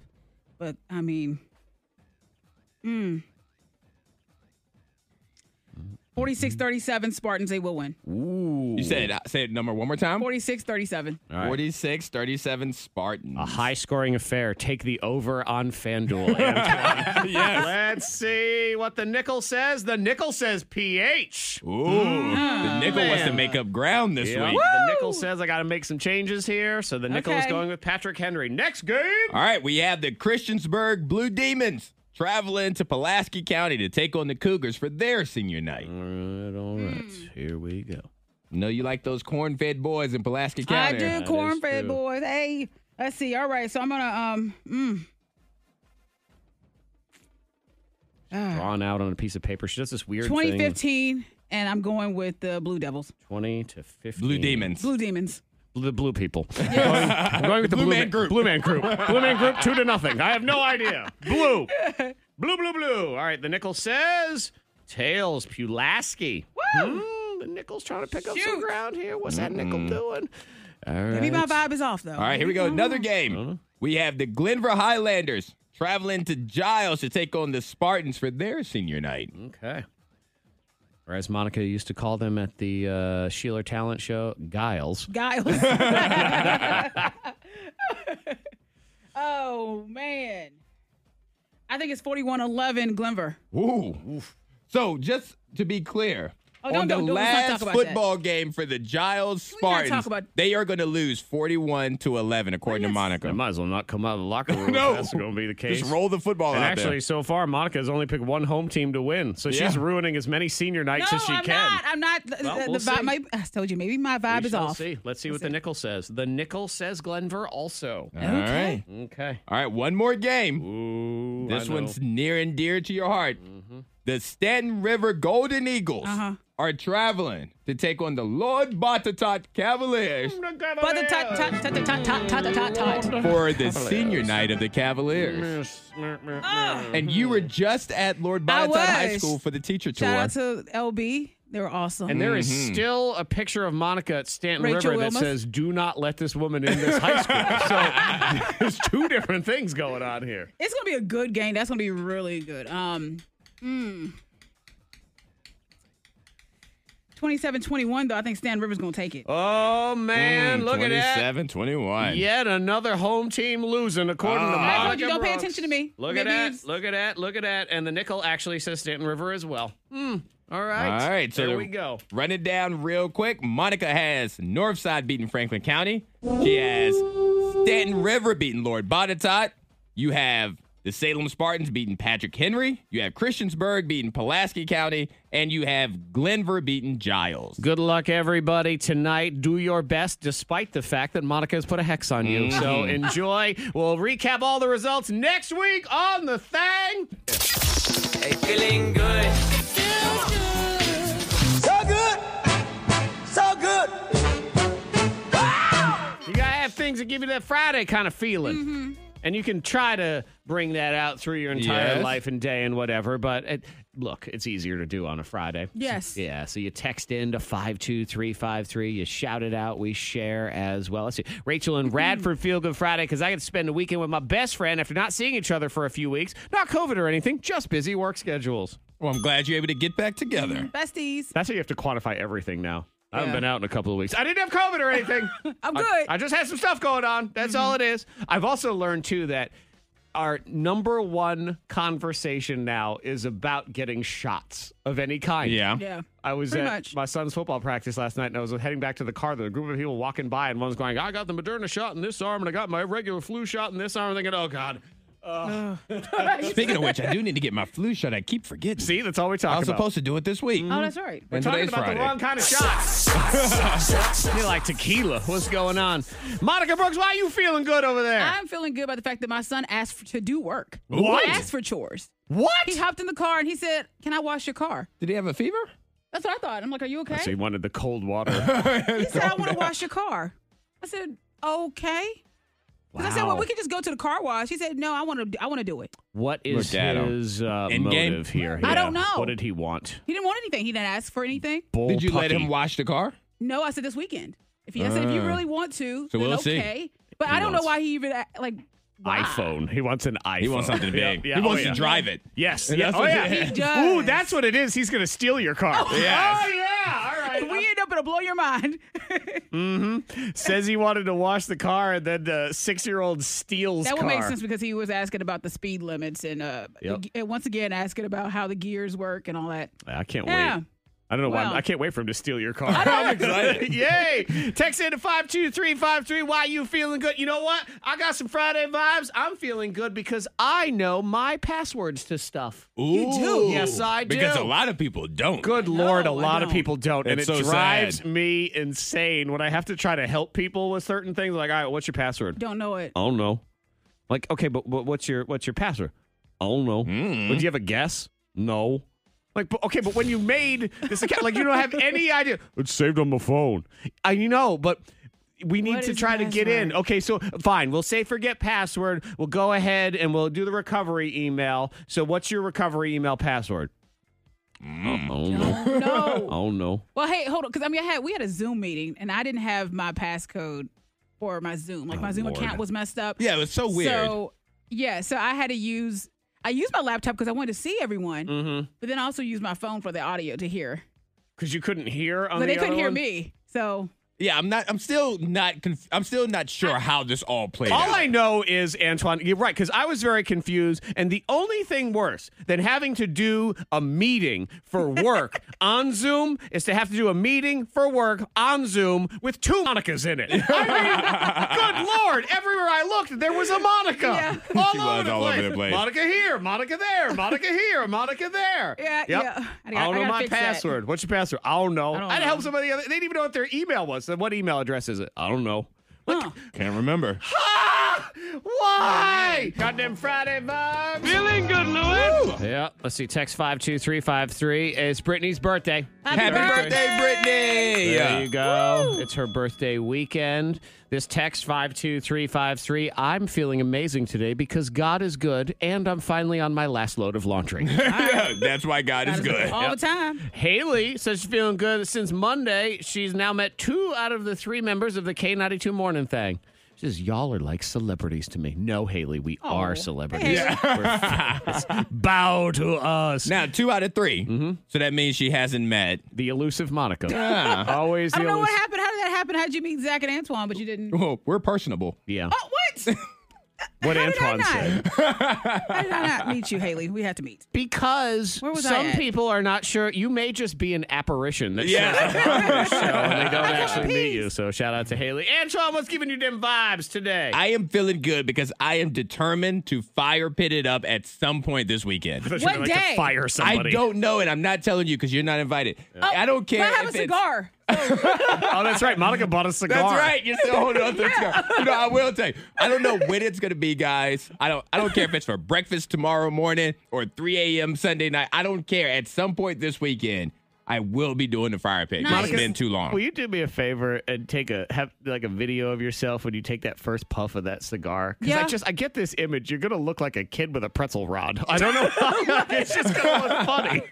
But I mean,
Mm-hmm.
mm. 46-37 Spartans. They will win.
You said say it number one more time.
46-37.
All right.
46 37 Spartans.
A high scoring affair. Take the over on FanDuel. Antoine. Let's see what the nickel says. The nickel says PH.
Ooh,
Mm-hmm.
the nickel wants to
man.
make up ground this
Yeah.
week.
The nickel says I got to make some changes here. So the nickel is
Okay.
going with Patrick Henry. Next game.
All right, we have the Christiansburg Blue Demons traveling to Pulaski County to take on the Cougars for their senior night.
All right, all
Hmm.
right. Here we go.
No, you like those corn-fed boys in Pulaski
I
County.
do
true.
cornbread boys. Hey, let's see. All right, so I'm gonna um. Mm,
Drawn out on a piece of paper. She does this weird thing.
2015, and I'm going with the Blue Devils,
20 to 15.
Blue Demons.
Blue Demons.
The blue people. I'm going with the,
Blue
blue
Man
Ma-
Group.
Blue man group. Blue man group, two to nothing. I have no idea. Blue. Blue, blue, blue. All right, the nickel says Tails Pulaski. Woo! the nickel's trying to pick up some
Shoot.
ground here. What's that nickel doing? All right.
Maybe my vibe is off though.
All right, here we go. Another
Uh-huh.
game. We have the Glenver Highlanders
Mm.
traveling to Giles to take on the Spartans for their senior night.
Okay. or as Monica used to call them at the uh, Sheila Talent Show, Giles.
Giles. oh man, I think it's forty-one eleven Glenver.
Ooh. So just to be clear,
Oh, don't-
on the
don't- don't- let's not talk
last
about that.
football game for the Giles
gotta talk
Spartans,
about-
they are going to lose 41 to 11, according to Monica.
might as well not come out of the locker room.
no,
That's going to be the case.
Just roll the football
and
out
actually,
there.
so far, Monica has only picked one home team to win, so
Yeah.
she's ruining as many senior nights
no,
as she
I'm
can.
not. I'm not. The,
Well,
the-
we'll
the vibe,
see.
my, I told you, maybe my vibe
we
is
shall
off.
See. Let's see what the nickel says. The nickel says Glenver also.
All right.
Okay.
All right, one more game. this
I know. Mm-hmm.
one's near and dear to your heart. The Stanton River Golden Eagles
Uh-huh.
are traveling to take on the Lord Botetourt Cavaliers
But the tot tot tot tot tot tot tot tot.
for the senior night of the Cavaliers.
Mm-hmm.
And you were just at Lord
I
Botetourt High
was.
School for the teacher tour.
Shout out to LB. They were awesome.
And there is
Mhm.
still a picture of Monica at Stanton
Rachel
River that
Wilmoth.
says, "Do not let this woman in this high school." so there's two different things going on here.
It's gonna be a good game. That's gonna be really good. Um, mm. 27-21, though. I think Stan Rivers gonna take it.
Oh man, look at that!
27 21.
Yet another home team losing, according to
Ah.
Monica.
I
told you, don't pay
Brooks.
attention to me.
Look
Maybe
at
it's-
that! Look at that! Look at that! And the nickel actually says Stanton River as well. Hmm. All right.
All right, so
there
the-
we go.
Run it down real quick. Monica has Northside beating Franklin County. She has Stanton River beating Lord Botetourt. You have the Salem Spartans beating Patrick Henry. You have Christiansburg beating Pulaski County. And you have Glenver beating Giles.
Good luck, everybody, tonight. Do your best, despite the fact that Monica has put a hex on you. So
Mhm.
enjoy. We'll recap all the results next week on The Thing.
Hey, feeling good. So good. So good.
You got to have things that give you that Friday kind of feeling. And you can try to bring that out through your entire
Yes.
life and day and whatever. But it, look, it's easier to do on a Friday.
Yes.
Yeah, so you text in to 52353. You shout it out. We share as well. Let's see. Rachel and Radford Feel Good Friday because I get to spend a weekend with my best friend after not seeing each other for a few weeks. Not COVID or anything, just busy work schedules.
Well, I'm glad you're able to get back together.
Besties.
That's how you have to quantify everything now. I haven't
Yeah.
been out in a couple of weeks. I didn't have COVID or anything.
I'm
I-
good.
I, just had some stuff going on. That's all it is. I've also learned, too, that our number one conversation now is about getting shots of any kind.
Yeah.
yeah.
I was
Pretty
at
much.
my son's football practice last night, and I was heading back to the car. There were a group of people walking by, and one's going, "I got the Moderna shot in this arm, and I got my regular flu shot in this arm." I'm thinking, "Oh God."
Speaking of which, I do need to get my flu shot. I keep forgetting.
See, that's all we talk
I was
about.
supposed to do it this week.
Oh, that's right.
We're
And
talking
today's
about
Friday.
the wrong kind of shots. they like tequila. What's going on, Monica Brooks? Why are you feeling good over there?
I'm feeling good about the fact that my son asked for, to do work.
What?
He asked for chores.
what?
He hopped in the car and he said, "Can I wash your car?"
Did he have a fever?
That's what I thought. I'm like, "Are you okay?"
So he wanted the cold water.
He said, I want to wash your car. I said, okay. 'Cause I said, well,
Wow.
we can just go to the car wash. He said, no, I want to. I want to do it.
what is
Look at him.
his uh,
End game?
motive here?
I don't know.
What did he want?
He didn't want anything. He didn't ask for anything.
Bull
Did you let
pucky.
him wash the car?
No, I said this weekend. If he, I said, if you
Uh.
really want to,
So
then
we'll see.
okay. But
He
I don't
wants-
know why he even a- like why?
iPhone. He wants an iPhone.
Ah. He wants something
Yeah,
big.
yeah,
he
oh,
wants
yeah.
to drive it.
Yes.
And
yeah.
that's
Oh
what
yeah.
he-
He does.
Ooh, that's what it is. He's gonna steal your car.
Yes.
Oh yeah. All right.
We end up in a blow your mind.
Says he wanted to wash the car, and then the six-year-old steals
that would
car.
make sense because he was asking about the speed limits and uh,
Yep.
the- and once again asking about how the gears work and all that.
I can't
Yeah.
wait. I don't know why. I'm-
Well.
I can't wait for him to steal your car. I'm excited. Yay! Text in to five two three five three. Why you feeling good? You know what? I got some Friday vibes. I'm feeling good because I know my passwords to stuff.
You
do? Yes, I do.
Because a lot of people don't.
Good lord, a
I
lot of
don't.
people don't, and
It's
it
so
drives
sad.
me insane when I have to try to help people with certain things. Like, all right, what's your password?
Don't know it.
Oh.
I don't know. Like, okay, but, but what's your what's your password? I don't know.
Mm.
But do you have a guess? No. Like, but, okay, but when you made this account, like, you don't have any idea. It's saved on my phone. I know, but we need
What
to
is
try to get in.
password?
Okay, so fine. We'll say forget password. We'll go ahead and we'll do the recovery email. So, what's your recovery email password? I don't know.
No.
I don't know.
Well, hey, hold on, because I mean, I had we had a Zoom meeting, and I didn't have my passcode for my Zoom. Like my
Oh,
Zoom
Lord.
account was messed up.
Yeah, it was so weird.
So yeah, so I had to use I used my laptop because I wanted to see everyone,
Mm-hmm.
but then I also used my phone for the audio to hear.
because you couldn't hear on
but
the
they couldn't
other
hear
one?
me. So
Yeah, I'm not. I'm still not. Conf- I'm still not sure how this all played
All
out.
I know is Antoine, you're right because I was very confused, and the only thing worse than having to do a meeting for work on Zoom is to have to do a meeting for work on Zoom with two Monicas in it. I mean, good lord! Everywhere I looked, there was a Monica.
Yeah.
All,
She
over,
was
the
all over the place.
Monica here, Monica there, Monica here, Monica there.
Yeah,
Yep.
yeah.
I,
I gotta-
don't
I
know
gotta
my
fix that.
password. What's your password? I don't know. I
I don't
would
know.
help somebody. Other. They didn't even know what their email was. So what email address is it? I don't know. What
Huh.
Can't remember.
Why? Goddamn Friday vibes. Feeling good, Lewis. Yeah. Let's see. Text 52353. It's Brittany's birthday.
Happy, birthday, Brittany!
There you go. It's her birthday weekend. This text 52353. I'm feeling amazing today because God is good and I'm finally on my last load of laundry.
Yeah, That's why God is good.
all the time.
Haley says she's feeling good since Monday. She's now met two out of the three members of the K92 Morning Thing. She says, Y'all are like celebrities to me. No, Haley, we are celebrities. We're famous. Bow to us.
Now two out of 3 So that means she hasn't met.
the elusive Monica.
Yeah.
Always
I
the
don't know
elusive.
what happened. How did that happen? How'd you meet Zach and Antoine, but you didn't?
Well, we're personable.
Yeah.
Oh, what?
what
Oh, How did I
Antoine
not?
said.
How did I not meet you, Haley? We had to meet.
Because
Where was I
some
at?
people are not sure. You may just be an apparition that
Yeah.
shows up on the show and they don't
I got
actually meet
peace.
you. So shout out to Haley. Antoine, what's giving you them vibes today?
I am feeling good because I am determined to fire pit it up at some point this weekend.
Thought you meant,
What
like, to
day?
fire somebody.
I don't know, and I'm not telling you because you're not invited. I don't care.
Can I have a
if it's-
cigar?
Oh, that's right. Monica bought a cigar.
That's right. You're still holding on to the cigar. You know, I will tell you. I don't know when it's gonna be, guys. I don't. I don't care if it's for breakfast tomorrow morning or 3 a.m. Sunday night. I don't care. At some point this weekend, I will be doing the fire pit.
Nice.
It's been too long.
Will you do me a favor and take a have like a video of yourself when you take that first puff of that cigar? Because I
Yeah.
just I get this image. You're gonna look like a kid with a pretzel rod. I don't know. why. it's just gonna look funny.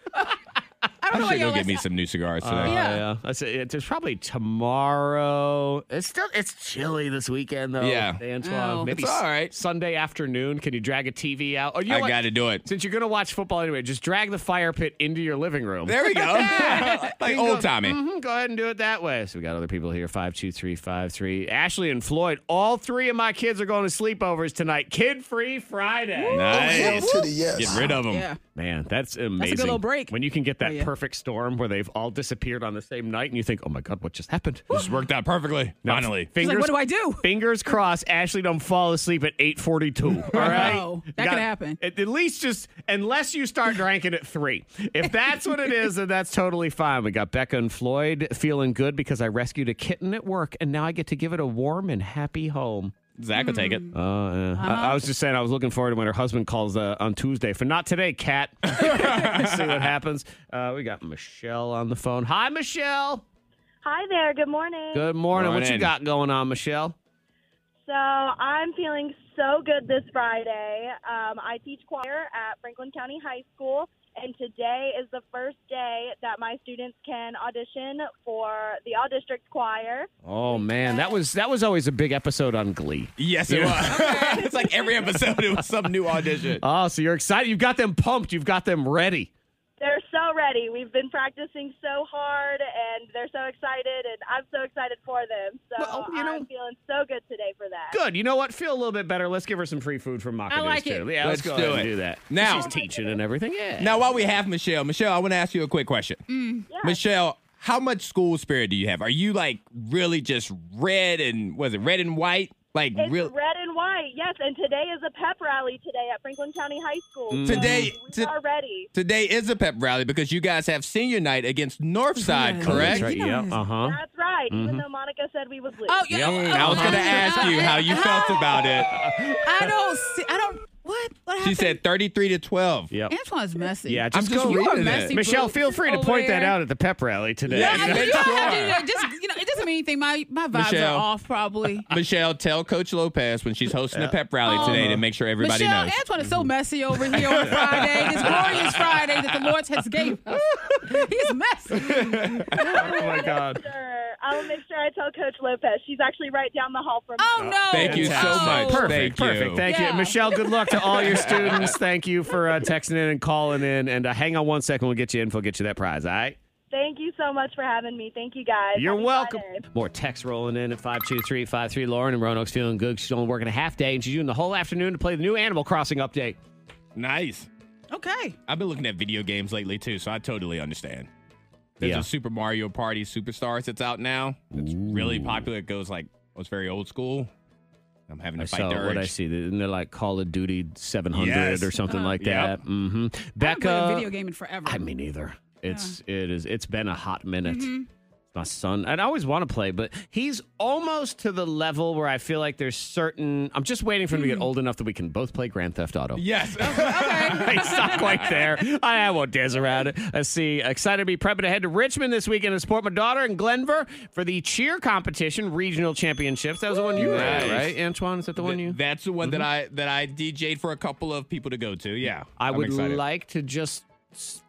I don't know
I
what
should
y'all
go
last
get me some new cigars today.
Yeah.
That's it. It's, it's probably tomorrow. It's still it's chilly this weekend though.
Yeah.
Antoine.
Oh.
Maybe
It's all
s-
right.
Sunday afternoon. Can you drag a TV out? Oh, you know
I
what?
got to do it.
Since you're gonna watch football anyway, just drag the fire pit into your living room.
There we go. like old timey.
Mhm, go ahead and do it that way. So we got other people here. Five two three five three. Ashley and Floyd. All three of my kids are going to sleepovers tonight. Kid free Friday.
Nice. Get rid of them.
Yeah.
Man, that's amazing.
little break. Oh,
When you can get that
yeah.
perfect storm where they've all disappeared on the same night, and you think, "Oh my God, what just happened?"
This worked out perfectly. Finally.
She's
Fingers
like, what do I do?
Fingers crossed, Ashley don't fall asleep at 8:42. All right,
No, that could happen.
At, at least just unless you start drinking at three. If that's what it is, then that's totally fine. We got Becca and Floyd feeling good because I rescued a kitten at work, and now I get to give it a warm and happy home.
Zach will take it.
Uh, yeah. I, I
Uh-huh.
was just saying, I was looking forward to when her husband calls uh, on Tuesday for not today, cat. See what happens. Uh, we got Michelle on the phone. Hi, Michelle.
Hi there. Good morning.
Good morning. What you
Morning.
got going on, Michelle?
So I'm feeling so good this Friday. Um, I teach choir at Franklin County High School, and today is the first day that my students can audition for the all district choir.
Oh man, that was that was always a big episode on Glee.
Yes, it was. it's like every episode, it was some new audition.
Oh, so you're excited? You've got them pumped. You've got them ready.
They're so ready. We've been practicing so hard, and they're so excited, and I'm so excited for them. So
Well, you know-
I'm feeling so good today for that.
Good. You know what? Feel a little bit better. Let's give her some free food from Maka
I like
too.
it.
Yeah, let's,
Let's
go
do
ahead and
it.
do that.
Now-
she's teaching and everything. Yeah.
Now, while we have Michelle, Michelle, I want to ask you a quick question.
Mm. Yeah.
Michelle, how much school spirit do you have? Are you like really just red and was it red and white? Like
It's
real
red and white, yes. And today is a pep rally today at Franklin County High School. So
Today-
we
to-
are ready.
today is a pep rally because you guys have senior night against Northside,
Oh,
Yeah.
correct?
that's right.
You know
Yeah.
this.
Uh huh.
That's right. Even though Monica said we would lose.
Oh, yeah.
I was gonna ask you how you felt about it.
I don't see. I don't. What? What happened?
She said thirty-three to twelve.
Yep.
Antoine's messy.
Yeah.
I'm
Just
just
go.
You are
reading
messy.
it.
Michelle,
boo.
feel free to
Over
point that
there.
out at the pep rally today.
Yeah,
I mean,
Make
you don't have to
sure.
do that. Just you know, it doesn't mean anything. My my vibes
Michelle.
are off probably.
Michelle, tell Coach Lopez when she's hosting a pep rally
Oh.
today to make sure everybody
Michelle,
knows. Mm-hmm.
Antoine is so messy over here on Friday. This glorious Friday that the Lord has gave us. He's messy.
Oh my God.
Sure. I will make sure I tell Coach Lopez. She's actually right down the hall from
Oh no!
Thank you so
Oh.
much.
Perfect.
Thank
perfect.
you.
Thank you.
Yeah.
Michelle, good luck to all your students. Thank you for uh, texting in and calling in. And uh, hang on one second. We'll get you info, get you that prize. All right?
Thank you so much for having me. Thank you guys.
You're
Happy
welcome.
Friday.
More text rolling in at 52353. Lauren and Roanoke's feeling good. She's only working a half day and she's doing the whole afternoon to play the new Animal Crossing update.
Nice.
Okay.
I've been looking at video games lately too, so I totally understand. There's
Yeah.
a Super Mario Party Superstars that's out now. It's really popular. It goes like well, it's very old school. I'm having to
I
fight
saw
the urge.
what I see. And they're like Call of Duty 700
Yes.
or something
Uh-huh.
like
Yep.
that. Mm-hmm.
I haven't played a video
Becca.
game in forever.
I mean, either. It's it is it's been a hot minute.
Mm-hmm.
My son, and I always want to play, but he's almost to the level where I feel like there's certain. I'm just waiting for him to
Hmm.
get old enough that we can both play Grand Theft Auto.
Yes.
it's not quite there. I, I won't dance around it. Let's see. Excited to be prepping to head to Richmond this weekend and support my daughter in Glenver for the cheer competition regional championships. That was the one you were at,
Nice.
right, Antoine? Is that the one you?
That's the one that I that I DJ'd for a couple of people to go to. Yeah,
Mm-hmm. I
I'm
would
excited.
like to just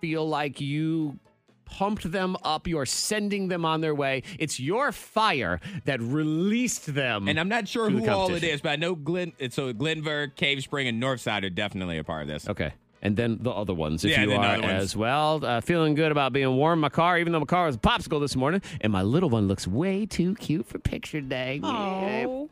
feel like you pumped them up. You're sending them on their way. It's your fire that released them.
And I'm not sure
to the
who all it
competition.
is, but I know Glen. it's- So Glenver, Cave Spring, and Northside are definitely a part of this.
Okay. And then the other ones, if
Yeah,
you
then the
are
other ones.
as well. Uh, feeling good about being warm in my car, even though my car was a popsicle this morning. And my little one looks way too cute for picture day. Yay.
Oh.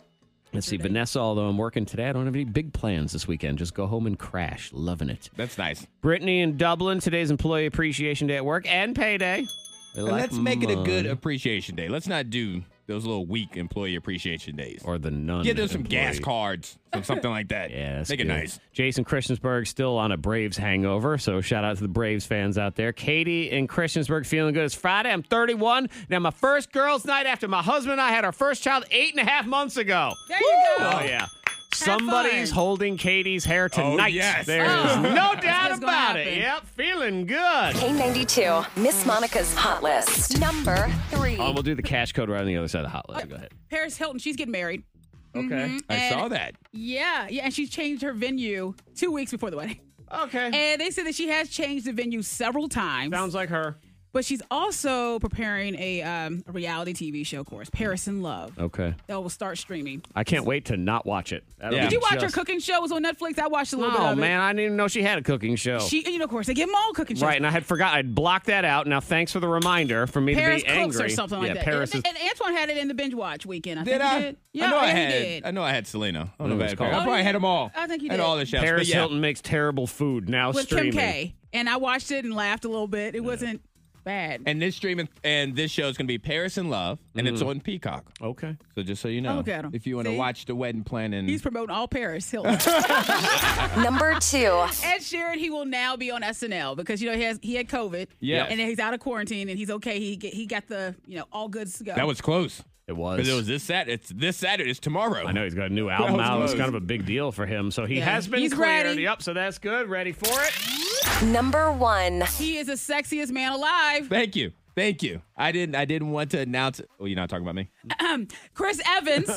Let's see, Vanessa, although I'm working today, I don't have any big plans this weekend. Just go home and crash. Loving it.
That's nice.
Brittany in Dublin, today's Employee Appreciation Day at work and payday. They
And
like
let's make it a good
money.
appreciation day. Let's not do those little weak employee appreciation days.
Or the nun.
Get them some gas
employee.
cards, some- something like that.
Yeah, that's
make it
good.
nice.
Jason Christiansburg still on a Braves hangover, so shout out to the Braves fans out there. Katie in Christiansburg feeling good. It's Friday. I'm 31. Now my first girls' night after my husband and I had our first child eight and a half months ago.
There you go.
Oh yeah. Somebody's
fun.
holding Katie's hair tonight.
yes.
There is
Oh.
no
That's
doubt
what's gonna
about it.
happen.
Yep, feeling good.
K92, Miss Monica's hot list. Number three.
Oh, we'll do the cash code right on the other side of the hot list. Go ahead.
Paris Hilton, she's getting married. Mhm.
I
And-
saw that.
Yeah, yeah, and she changed her venue two weeks before the wedding.
Okay.
And they said that she has changed the venue several times.
Hmm. Sounds like her.
but she's also preparing a, um, a reality TV show, of course, Paris in Love,
Okay.
that will start streaming.
I can't wait to not watch it. That'll be
Yeah.
Did you watch her
just-
cooking show? It was on Netflix. I watched a little bit
Oh
of it.
man, I didn't even know she had a cooking show.
She, you know, of course, they give them all cooking shows.
Right, and I had forgot. I'd blocked that out. Now, thanks for the reminder for me
Paris
to be angry.
Cooks or something
yeah,
like that.
Paris
and,
is.
and Antoine had it in the binge watch weekend. I
Did
think
I?
he did. Yeah,
I know I
yeah, he
had.
did.
I know I had Selena. I don't know
What
if I
it
had
was
Paris. I
called.
probably had them all.
I think you
Had
did.
all the chefs.
Paris
but yeah.
Hilton makes terrible food now
With
streaming.
Kim K. And I watched it and laughed a little bit. It wasn't bad.
And this streaming and this show is going to be Paris in Love, and
Mm.
it's on Peacock.
Okay.
So just so you know,
look at 'em.
if you want to
See?
watch the wedding planning,
He's promoting all Paris Hilton.
Number two.
Ed Sheeran, he will now be on SNL because you know he has he had COVID.
Yes.
and then he's out of quarantine and he's okay. He get, he got the you know all goods to go.
that was close.
It was.
Because it was this Sat. It's this Saturday. It's tomorrow.
I know he's got a new album
was
out. It's
close.
kind of a big deal for him. So he
Yeah.
has been
He's
cleared.
ready.
Yep. So that's good. Ready for it.
Number one.
he is the sexiest man alive.
Thank you. Thank you. I didn't. I didn't want to announce. Oh, you're not talking about me.
Chris Evans,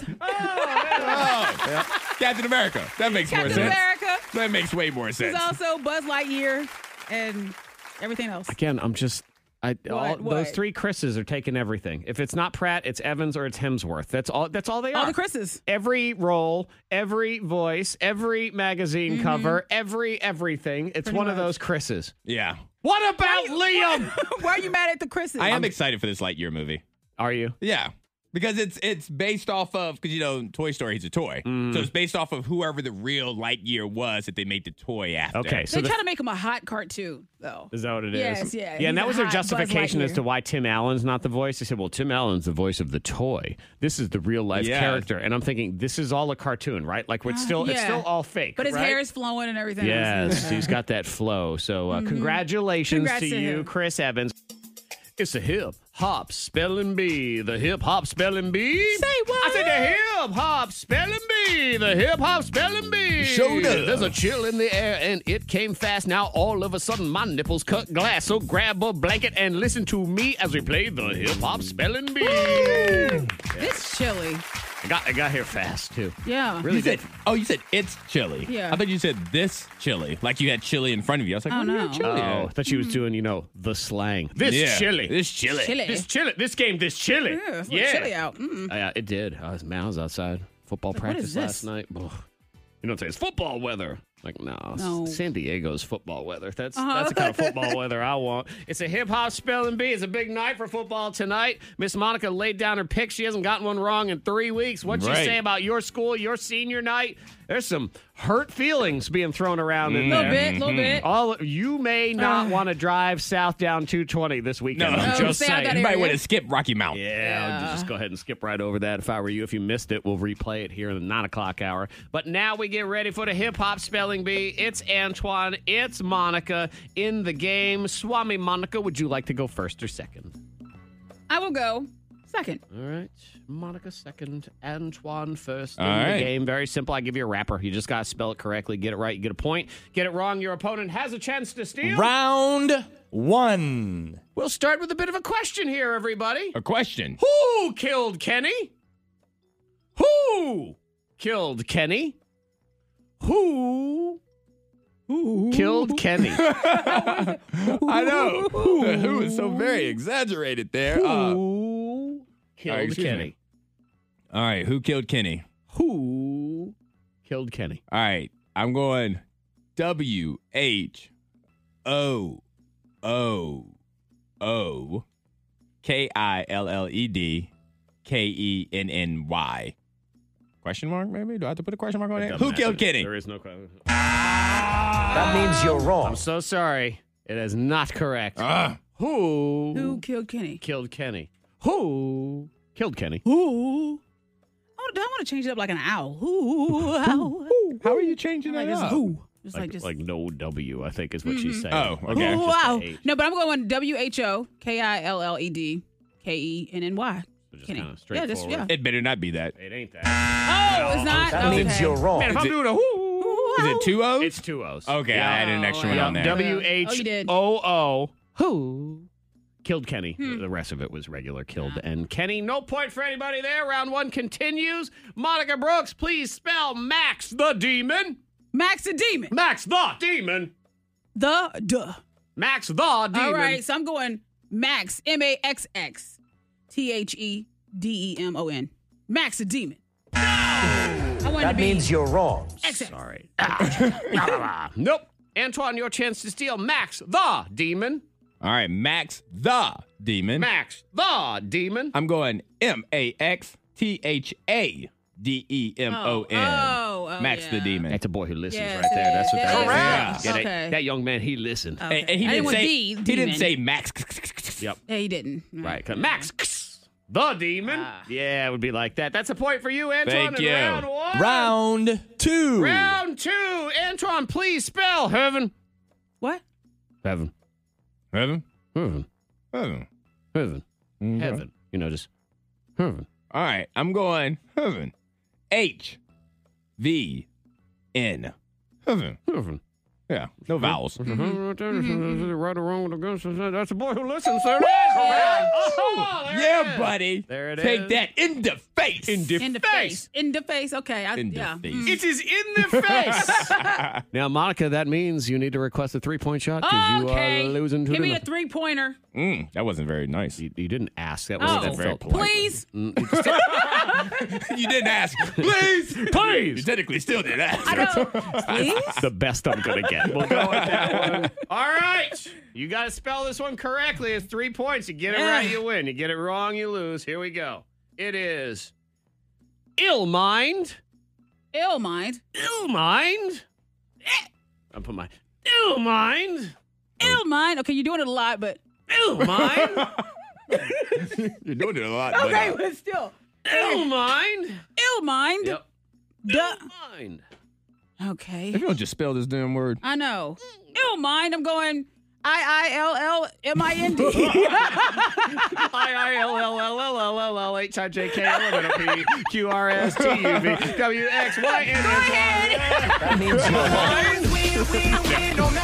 Captain America. That makes more
Captain
sense.
America.
That makes way more
He's
sense.
also Buzz Lightyear and everything else.
Again, I'm just. I, all,
What, what?
Those three Chris's are taking everything. If it's not Pratt, it's Evans or it's Hemsworth. That's all. That's all they are.
All the Chris's.
every role, every voice, every magazine
Mm-hmm.
cover, every everything. It's one of those Chris's.
Yeah.
What about Liam?
Why are you mad at the Chris's?
I am excited for this Lightyear movie.
Are you?
Yeah. Because it's it's based off of because you know Toy Story he's a toy,
Mm-hmm.
so it's based off of whoever the real Lightyear was that they made the toy after.
Okay,
They
so the-
try to make him a hot cartoon though.
is that what it is?
Yes, yeah,
Yeah, and
he's
that
a
was their
hot Buzz
justification as
Lightyear.
to why Tim Allen's not the voice. They said, "Well, Tim Allen's the voice of the toy. This is the real life
Yeah.
character." And I'm thinking, this is all a cartoon, right? Like it's still it's
Uh, yeah.
still all fake.
But his
right?
hair is flowing and everything. else.
Yes, he's got that flow. So uh, congratulations
Mm-hmm. Congrats
to,
to
you,
him.
Chris Evans. It's the hip hop spelling bee. The hip hop spelling bee.
Say what?
I said the hip hop spelling bee. The hip hop spelling bee.
Showed up.
There's a chill in the air and it came fast. Now all of a sudden my nipples cut glass. So grab a blanket and listen to me as we play the hip hop spelling bee. I
It's chilly.
got I got here fast too.
Yeah.
you said oh you said it's chili.
Yeah.
I thought you said this chili, like you had chili in front of you. I was like,
Oh,
oh,
no.
no, chili.
Oh, I thought she was doing, you know, the slang. This
Yeah.
chili.
This chili.
Hmm. Chili.
This chili. This game. This chili. Oh,
Yeah, it's a little chilly out. Mm.
Yeah, it did. I was, man, I was outside football
Like, what
practice
is
last
this?
night. Ugh. You know what I'm saying? It's football weather. Like no,
No.
San Diego's football weather. That's
Uh-huh.
that's the kind of football weather I want. It's a hip hop spelling bee. It's a big night for football tonight. Miss Monica laid down her pick. She hasn't gotten one wrong in three weeks. What would you
Right.
say about your school, your senior night? There's some hurt feelings being thrown around in
Little
there.
bit, little Mhm. bit.
All you may not
Ah.
want to drive south down 220 this
No,
weekend.
no,
I'm just saying.
You might want to skip Rocky Mountain.
Yeah, I'll just go ahead and skip right over that. If I were you, if you missed it, we'll replay it here in the nine o'clock hour. But now we get ready for the hip hop spelling bee. It's Antoine. It's Monica in the game. Swami Monica, would you like to go first or second?
I will go second.
All right, Monica second, Antoine first
All
in
right.
the game. Very simple. I give you a wrapper. You just gotta spell it correctly. Get it right, you get a point. Get it wrong, your opponent has a chance to steal.
Round one.
We'll start with a bit of a question here, everybody.
A question.
Who killed Kenny? Who killed Kenny? Who killed Kenny?
I know. The who is so very exaggerated there. Uh,
Who
all right,
killed
excuse me.
Kenny?
All right, who killed Kenny?
Who killed Kenny?
All right, I'm going W H O O O K I L L E D K E N N Y. Question mark? Maybe do I have to put a question mark on
It
it?
doesn't
Who killed
matter.
Kenny?
There is no question. That means you're wrong. I'm so sorry. It is not correct.
Uh, Ah,
Who?
Who killed Kenny?
Killed Kenny. Who killed Kenny?
Who? I want to, I want to change it up like an owl. Who? Owl.
How are you changing
like
that
just
up?
who? Just like, just
no W, I think is what she's saying.
Oh,
Like,
okay.
just
Ooh,
the
wow.
H.
No, but I'm going W H O K I L L E D K E N N Y. Kenny. Yeah, just yeah.
It better not be that.
It ain't that.
Oh, it's not.
That means
Okay.
you're wrong.
Man, if
Oh, Is
I'm
it-
doing a who,
Is it two O's?
it's two O's.
Okay, I had an extra one
Yeah,
on there.
W
Oh, you
H
did.
O O. Who killed Kenny?
Hmm.
The rest of it was regular killed and Kenny. No point for anybody there. Round one continues. Monica Brooks, please spell Max the Demon.
Max the demon.
Max the Demon.
The duh.
Max the Demon.
All right, so I'm going Max M A X X T H E D E M O N. Max the demon. No. I want to be Oh,
you're wrong.
XX.
Sorry. nope. Antoine, your chance to steal Max the Demon.
All right, Max the Demon.
Max the Demon.
I'm going M A X T H A D E M O N.
Oh, oh,
Max the
yeah.
Demon.
That's a boy who listens
Yes,
right there. That's what
yes,
that is.
yes. Correct.
Yeah, that-
Okay. Um,
that young man, he listened.
Okay.
And, and he
I didn't
didn't
want
say
B,
he
demon.
didn't say Max.
Yep.
Yeah, he didn't.
Right. 'cause Max the Demon.
Ah.
Yeah, it would be like that. That's a point for you, Antoine.
Thank
in
you.
Round one.
Round two.
Round two. Antoine, please spell heaven.
What?
Heaven.
Heaven.
Heaven.
Heaven. Mm-hmm.
Heaven. Heaven. You know, just heaven.
All right, I'm going heaven. H V N. Heaven. Mm-hmm.
Heaven.
Yeah, no vowels.
Mm-hmm.
Right or wrong with a gun. That's a boy who listens. There it is. Oh, there it
Yeah,
is.
buddy.
There it
Take
is.
that in the face.
In the
In the
face.
face. In the face. Okay. I,
In the
yeah.
face.
Mm.
It is in the face. now, Monica, that means you need to request a three point shot because
okay.
you are losing to
Give me
the-
a three pointer.
Mm, that wasn't very nice.
you, you didn't ask. That was
Oh,
that felt polite.
please.
you didn't ask. Please,
Please.
You technically still did ask.
I know. please.
the best I'm gonna get. We'll
Go with that one. All right. You got to spell this one correctly. It's three points. You get it right, you win. You get it wrong, you lose. Here we go. It is ill mind.
Ill mind.
Ill mind. I put my ill mind.
Ill mind. Okay, you're doing it a lot, but
Ill mind.
You're doing it a lot.
okay, but still.
Ill mind.
Ill mind.
Yep.
Duh.
Mind.
Okay.
If you don't just spell this damn word.
I know. Ill mind. I'm going I I L L M I N D.
I I L L L L L L L H I J K L M N O P Q R S T U V W X Y N S Y. I
Oh no.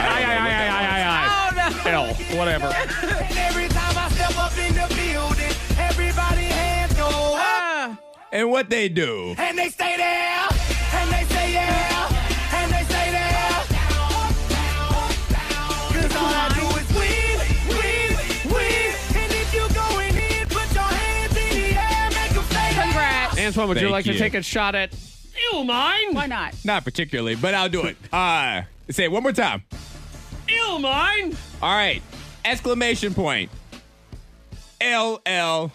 I I I L whatever.
Ah.
And what they do.
And they stay there, and they say yeah, and they say there. Cause all I do is win, win, win. And if you go in here, put your hands in the air, make 'em say yeah.
Congrats.
Antoine, would you
Thank
like to
you.
take a shot at don't mind.
Why not?
Not particularly, but I'll do it. Uh, say it one more time.
Ill mind.
All right. Exclamation point. L L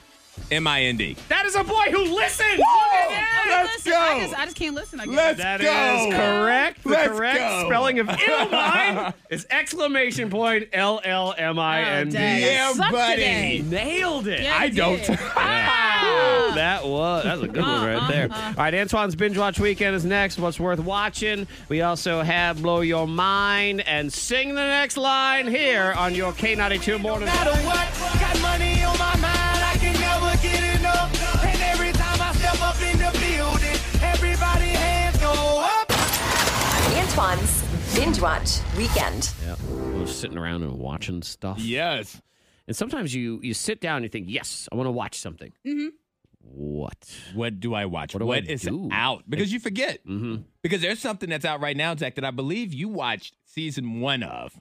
M I N D.
That is a boy who listens.
Whoa!
Look at
Okay,
that.
listen, I just, I just can't listen. I guess.
That is correct. The correct spelling of ill mind is exclamation point L L M I N D.
Oh, dang, I Yeah, suck buddy. today.
Nailed it.
Yeah, you I don't. did.
Woo, that was that's a good one right there. All right, Antoine's binge watch weekend is next. What's worth watching? We also have blow your mind and sing the next line here on your K ninety two morning.
matter what. Got money on my mind, I can never get enough. And every time I step up in the building, everybody hands go up.
Antoine's Binge Watch Weekend.
Yeah, we're sitting around and watching stuff.
Yes.
And sometimes you you sit down and you think, yes, I want to watch something. What?
What do I watch?
What do I
what is
do? Mm-hmm.
out? Because you forget. Because there's something that's out right now, Zach, that I believe you watched season one of.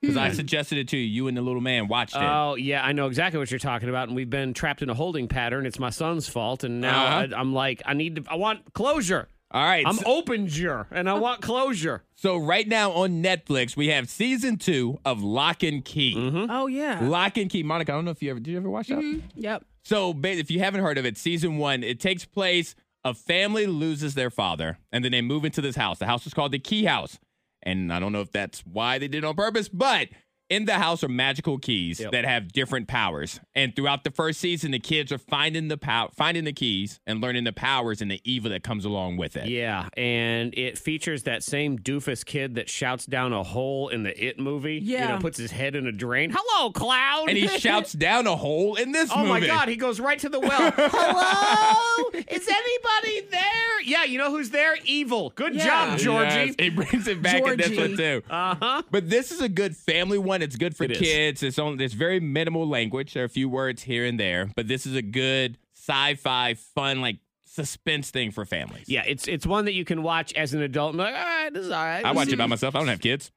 Because
Hmm.
I suggested it to you. You and the little man watched it.
Oh yeah, I know exactly what you're talking about, and we've been trapped in a holding pattern. It's my son's fault, and now
Uh-huh.
I, I'm like, I need to, I want closure.
All right.
I'm
so-
open jur, and I want closure.
So right now on Netflix, we have season two of Lock and Key.
Mm-hmm.
Oh yeah.
Lock and Key, Monica. I don't know if you ever did you ever watch that.
Yep.
So ba- if you haven't heard of it, season one, it takes place. A family loses their father, and then they move into this house. The house is called the Key House, and I don't know if that's why they did it on purpose, but in the house are magical keys
Yep.
that have different powers. And throughout the first season, the kids are finding the pow- finding the keys and learning the powers and the evil that comes along with it.
Yeah, and it features that same doofus kid that shouts down a hole in the It movie. you
Yeah.
know, puts his head in a drain. Hello, cloud.
And he shouts down a hole in this
Oh
movie.
my God! He goes right to the well. Hello, is anybody there? Yeah, you know who's there? Evil. Good
Yeah.
job, Georgie.
Oh, Yes, it brings it back in this one too.
Uh huh.
But this is a good family one. It's good for
It is.
kids. It's only it's very minimal language. There are a few words here and there, but this is a good sci-fi, fun, like suspense thing for families.
Yeah, it's it's one that you can watch as an adult and be like, all right, this is all right.
I watch
This
it by myself. I don't have kids.
is-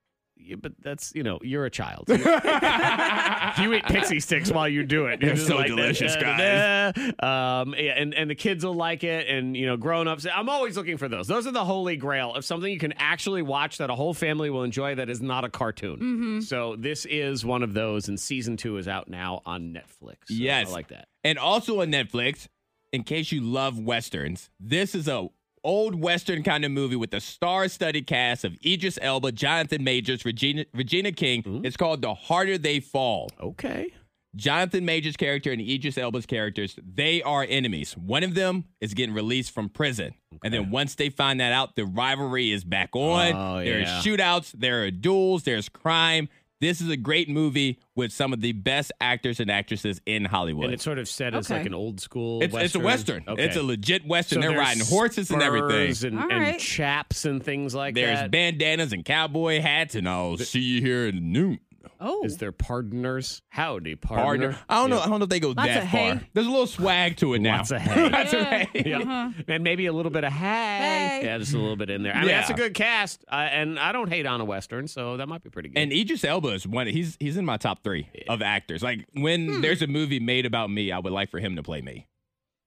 but that's you know, you're a child. you eat pixie sticks while you do it. You're
They're
just
so
like,
delicious,
da, da, da. Um, yeah, and and the kids will like it, and you know, grown ups. I'm always looking for those. Those are the holy grail of something you can actually watch that a whole family will enjoy. That is not a cartoon.
Mm-hmm.
So this is one of those, and season two is out now on Netflix. So
Yes.
I like that.
And also on Netflix, in case you love westerns, this is a old western kind of movie with a star-studded cast of Idris Elba, Jonathan Majors, Regina Regina King.
Mm-hmm.
It's called The Harder They Fall.
Okay.
Jonathan Major's character and Idris Elba's characters, they are enemies. One of them is getting released from prison. And then once they find that out, the rivalry is back on.
Oh,
there
yeah.
are shootouts, there are duels, there's crime. This is a great movie with some of the best actors and actresses in Hollywood.
And it's sort of set as
Okay.
like an old school.
It's, it's a Western. It's a legit
So
Western. They're
there's
riding horses and everything.
spurs And,
All
and
right.
chaps and things like
There's
that.
bandanas and cowboy hats, and I'll see you here at noon.
Oh.
Is there pardoners? Howdy,
Partner.
partner.
I don't know. I don't know if they go
Lots
that
of
far.
hay.
There's a little swag to it now.
Lots of hay.
Lots of
Yeah.
hay.
Yeah. And maybe a little bit of hey.
Uh-huh. Hey.
Yeah, just a little bit in there. I mean,
Yeah.
that's a good cast. Uh, and I don't hate on a Western, so that might be pretty good.
And Idris Elba is one. He's he's in my top three of actors. Like when
Hmm.
there's a movie made about me, I would like for him to play me.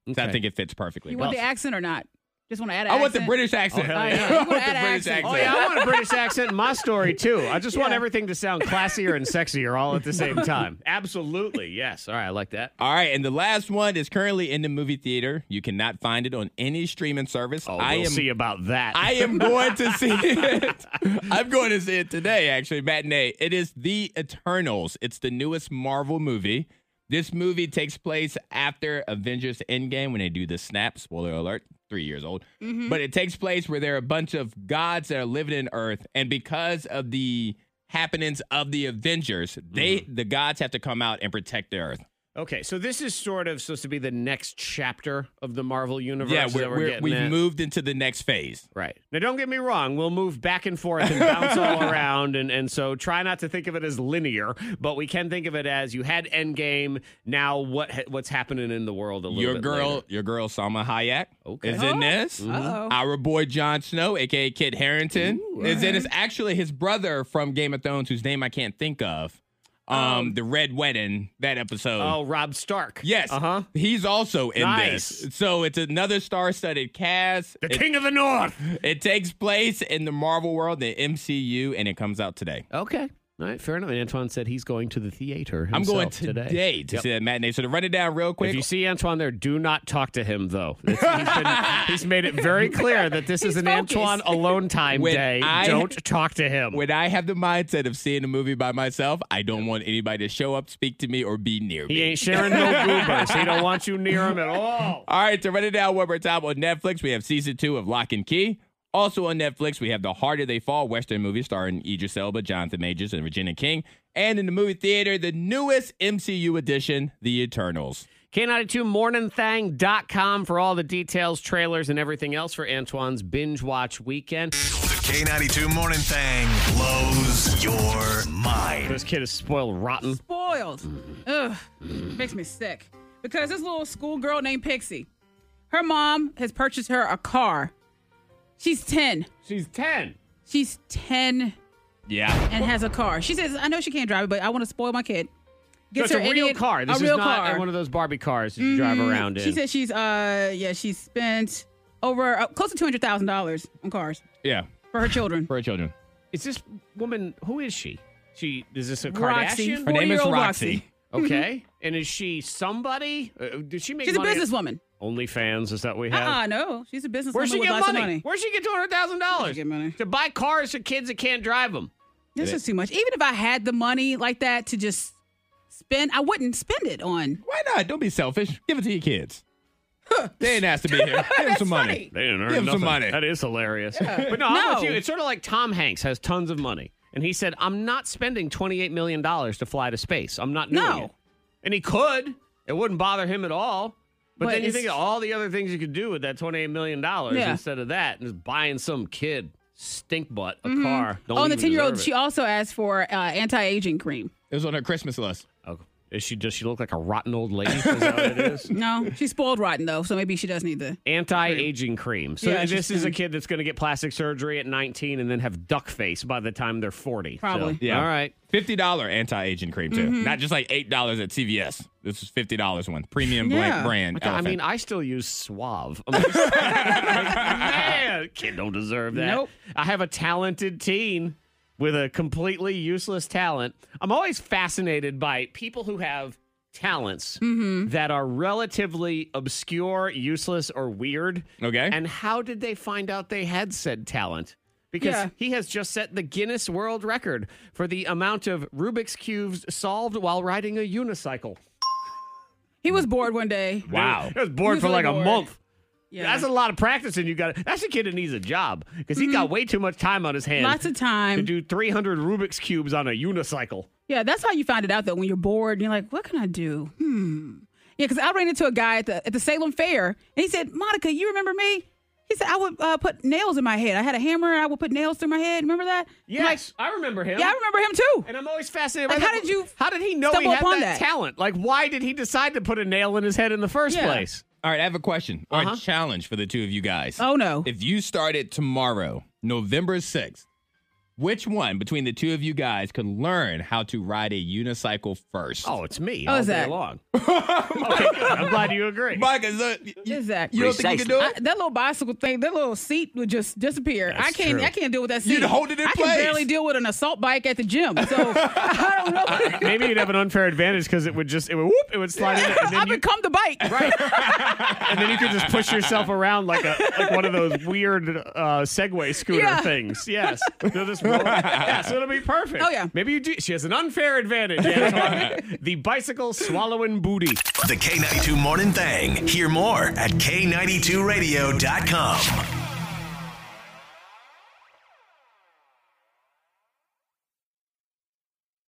So I
Okay.
think it fits perfectly.
You want
well.
the accent or not? Just want to add. An
I want the
accent?
British accent.
Oh, hell
yeah.
I
You
want the
wanna add
British
accent.
accent.
Oh yeah, I want a British accent in my story too. I just want everything to sound classier and sexier all at the same time. Absolutely, yes. All right, I like that.
All right, and the last one is currently in the movie theater. You cannot find it on any streaming service.
Oh, we'll
I am
see about that.
I am going to see it. I'm going to see it today, actually, matinee. It is The Eternals. It's the newest Marvel movie. This movie takes place after Avengers Endgame when they do the snap. Spoiler alert, three years old. But it takes place where there are a bunch of gods that are living in Earth. And because of the happenings of the Avengers, they
Mm-hmm.
the gods have to come out and protect the Earth.
Okay, so this is sort of supposed to be the next chapter of the Marvel universe.
Yeah,
is
we're,
that we're
we're,
getting
we've
at?
moved into the next phase.
Right. Now, don't get me wrong. We'll move back and forth and bounce all around. And, and so try not to think of it as linear, but we can think of it as you had Endgame. Now, what ha- what's happening in the world a little
Your
bit
girl,
later.
your girl Salma Hayek
Okay. Uh-huh.
is in
Oh.
this.
Uh-oh.
Our boy Jon Snow, aka Kit Harrington, is in this. Actually, his brother from Game of Thrones, whose name I can't think of, um, the Red Wedding, that episode.
Oh, Rob Stark. Uh-huh.
Yes. Uh huh. He's also in this. So it's another star studded cast. The
King of the North.
It takes place in the Marvel world, the MCU, and it comes out today.
Okay. All right, fair enough. And Antoine said he's going to the theater.
I'm going
himself
today, to
Yep.
see that matinee. So to run it down real quick.
If you see Antoine there, do not talk to him, though. It's- he's, been- he's made it very clear that this is an Antoine alone time
When
day.
I-
Don't talk to him.
when I have the mindset of seeing a movie by myself, I don't want anybody to show up, speak to me, or be near me.
He ain't sharing no goobers. He don't want you near him at all.
All right, to run it down one more time on Netflix, we have season two of Lock and Key. Also on Netflix, we have The Harder They Fall Western movie starring Idris Elba, Jonathan Majors, and Regina King. And in the movie theater, the newest MCU edition, The Eternals.
K92morningthang.com for all the details, trailers, and everything else for Antoine's binge watch weekend.
K92 Morning Thang blows your mind.
This kid is spoiled rotten.
spoiled. Ugh, makes me sick. Because this little schoolgirl named Pixie, her mom has purchased her a car. She's 10.
She's 10.
She's 10
Yeah.
and has a car. She says, I know she can't drive it, but I want to spoil my kid.
So it's a real
idiot-
car. This
a real
is not
car.
one of those Barbie cars that you drive
Mhm.
around in.
She said she's, uh, yeah, she spent over uh, close to $200,000 on cars.
Yeah.
For her children.
For her children.
is this woman, who is she? She Is this a
Roxy,
Kardashian?
Her name is
40-year-old
Roxy.
Roxy.
Okay. and is she somebody? Uh, did she make
She's a
money?
businesswoman.
OnlyFans, is that what we
Uh
have?
uh no. She's a businesswoman.
Where'd she
with
get
lots of
money?
money?
Where'd she get $200,000? To buy cars for kids that can't drive them.
This is too much. Even if I had the money like that to just spend, I wouldn't spend it on.
Why not? Don't be selfish. Give it to your kids. they ain't asked to be here. Give them some money.
They didn't earn
Give them some
nothing.
money.
That is hilarious.
But no, I'm with
No.
you. It's sort of like Tom Hanks has tons of money, and he said, "I'm not spending 28 million dollars to fly to space. I'm not doing
No.
it." And he could. It wouldn't bother him at all. But,
But
then you
it's-
think of all the other things you could do with that 28 million dollars
Yeah.
instead of that, and just buying some kid stink butt a car. Don't
oh, and the
even
ten-year-old,
deserve
she
it.
also asked for uh, anti-aging cream.
It was on her Christmas list.
Oh, is she does she look like a rotten old lady? Is that what it is?
No, she's spoiled rotten though, so maybe she does need the.
Anti-aging cream. So
Yeah,
this
she's
is a
thin.
kid that's going to get plastic surgery at 19 and then have duck face by the time they're 40. So-
Probably.
Yeah.
All right.
Fifty dollar anti aging cream too.
Mm-hmm.
Mhm.
Not just like eight dollars at CVS. This is fifty dollars one premium
Yeah.
blank brand.
Which, I
elephant.
mean, I still use Suave. I'm like, man, kid don't deserve that.
Nope.
I have a talented teen with a completely useless talent. I'm always fascinated by people who have talents
Mm-hmm.
that are relatively obscure, useless, or weird.
okay.
And how did they find out they had said talent? Because
Yeah.
he has just set the Guinness World Record for the amount of Rubik's Cubes solved while riding a unicycle.
He was bored one day.
wow.
I was bored
He was
for
really
like a
bored.
month.
Yeah,
That's a lot of practice, and you got that's a kid that needs a job because he got way too much time on his hands.
Mm-hmm. lots of
to
time.
do 300 Rubik's cubes on a unicycle.
Yeah, that's how you find it out though. When you're bored, and you're like, "What can I do?" Hmm. Yeah, because I ran into a guy at the at the Salem Fair, and he said, "Monica, you remember me?" He said, "I would uh, put nails in my head. I had a hammer. I would put nails through my head. Remember that?" I'm like,
I remember him.
yeah, I remember him too.
And I'm always fascinated.
Like,
by
how
that.
did you
How did he know he
stumble
had
upon
that,
that?
talent? Like, why did he decide to put a nail in his head in the first
Yeah.
place?
All right, I have a question or
Uh-huh.
a challenge for the two of you guys.
Oh no.
If you started tomorrow, November 6th, which one between the two of you guys could learn how to ride a unicycle first?
Oh, it's me.
Oh,
all
is
day
that-
long? okay, good. I'm glad you agree.
Mike, is that,
Exactly.
you don't think you could do
I,
it?
that little bicycle thing, that little seat would just disappear. I
That's
can't.
true.
I can't deal with that seat.
You'd hold it in
I
place.
can barely deal with an assault bike at the gym. So I don't know.
Uh, Maybe you'd have an unfair advantage because it would just it would whoop it would slide in, and
I
then you
become the bike. Right.
and then you could just push yourself around like a like one of those weird uh, Segway scooter
Yeah.
things. Yes, They'll just roll. yeah, so it'll be perfect.
Oh, yeah.
maybe you do. She has an unfair advantage. Antoine. the bicycle swallowing booty.
The K92 Morning Thang. Hear more at K92Radio.com.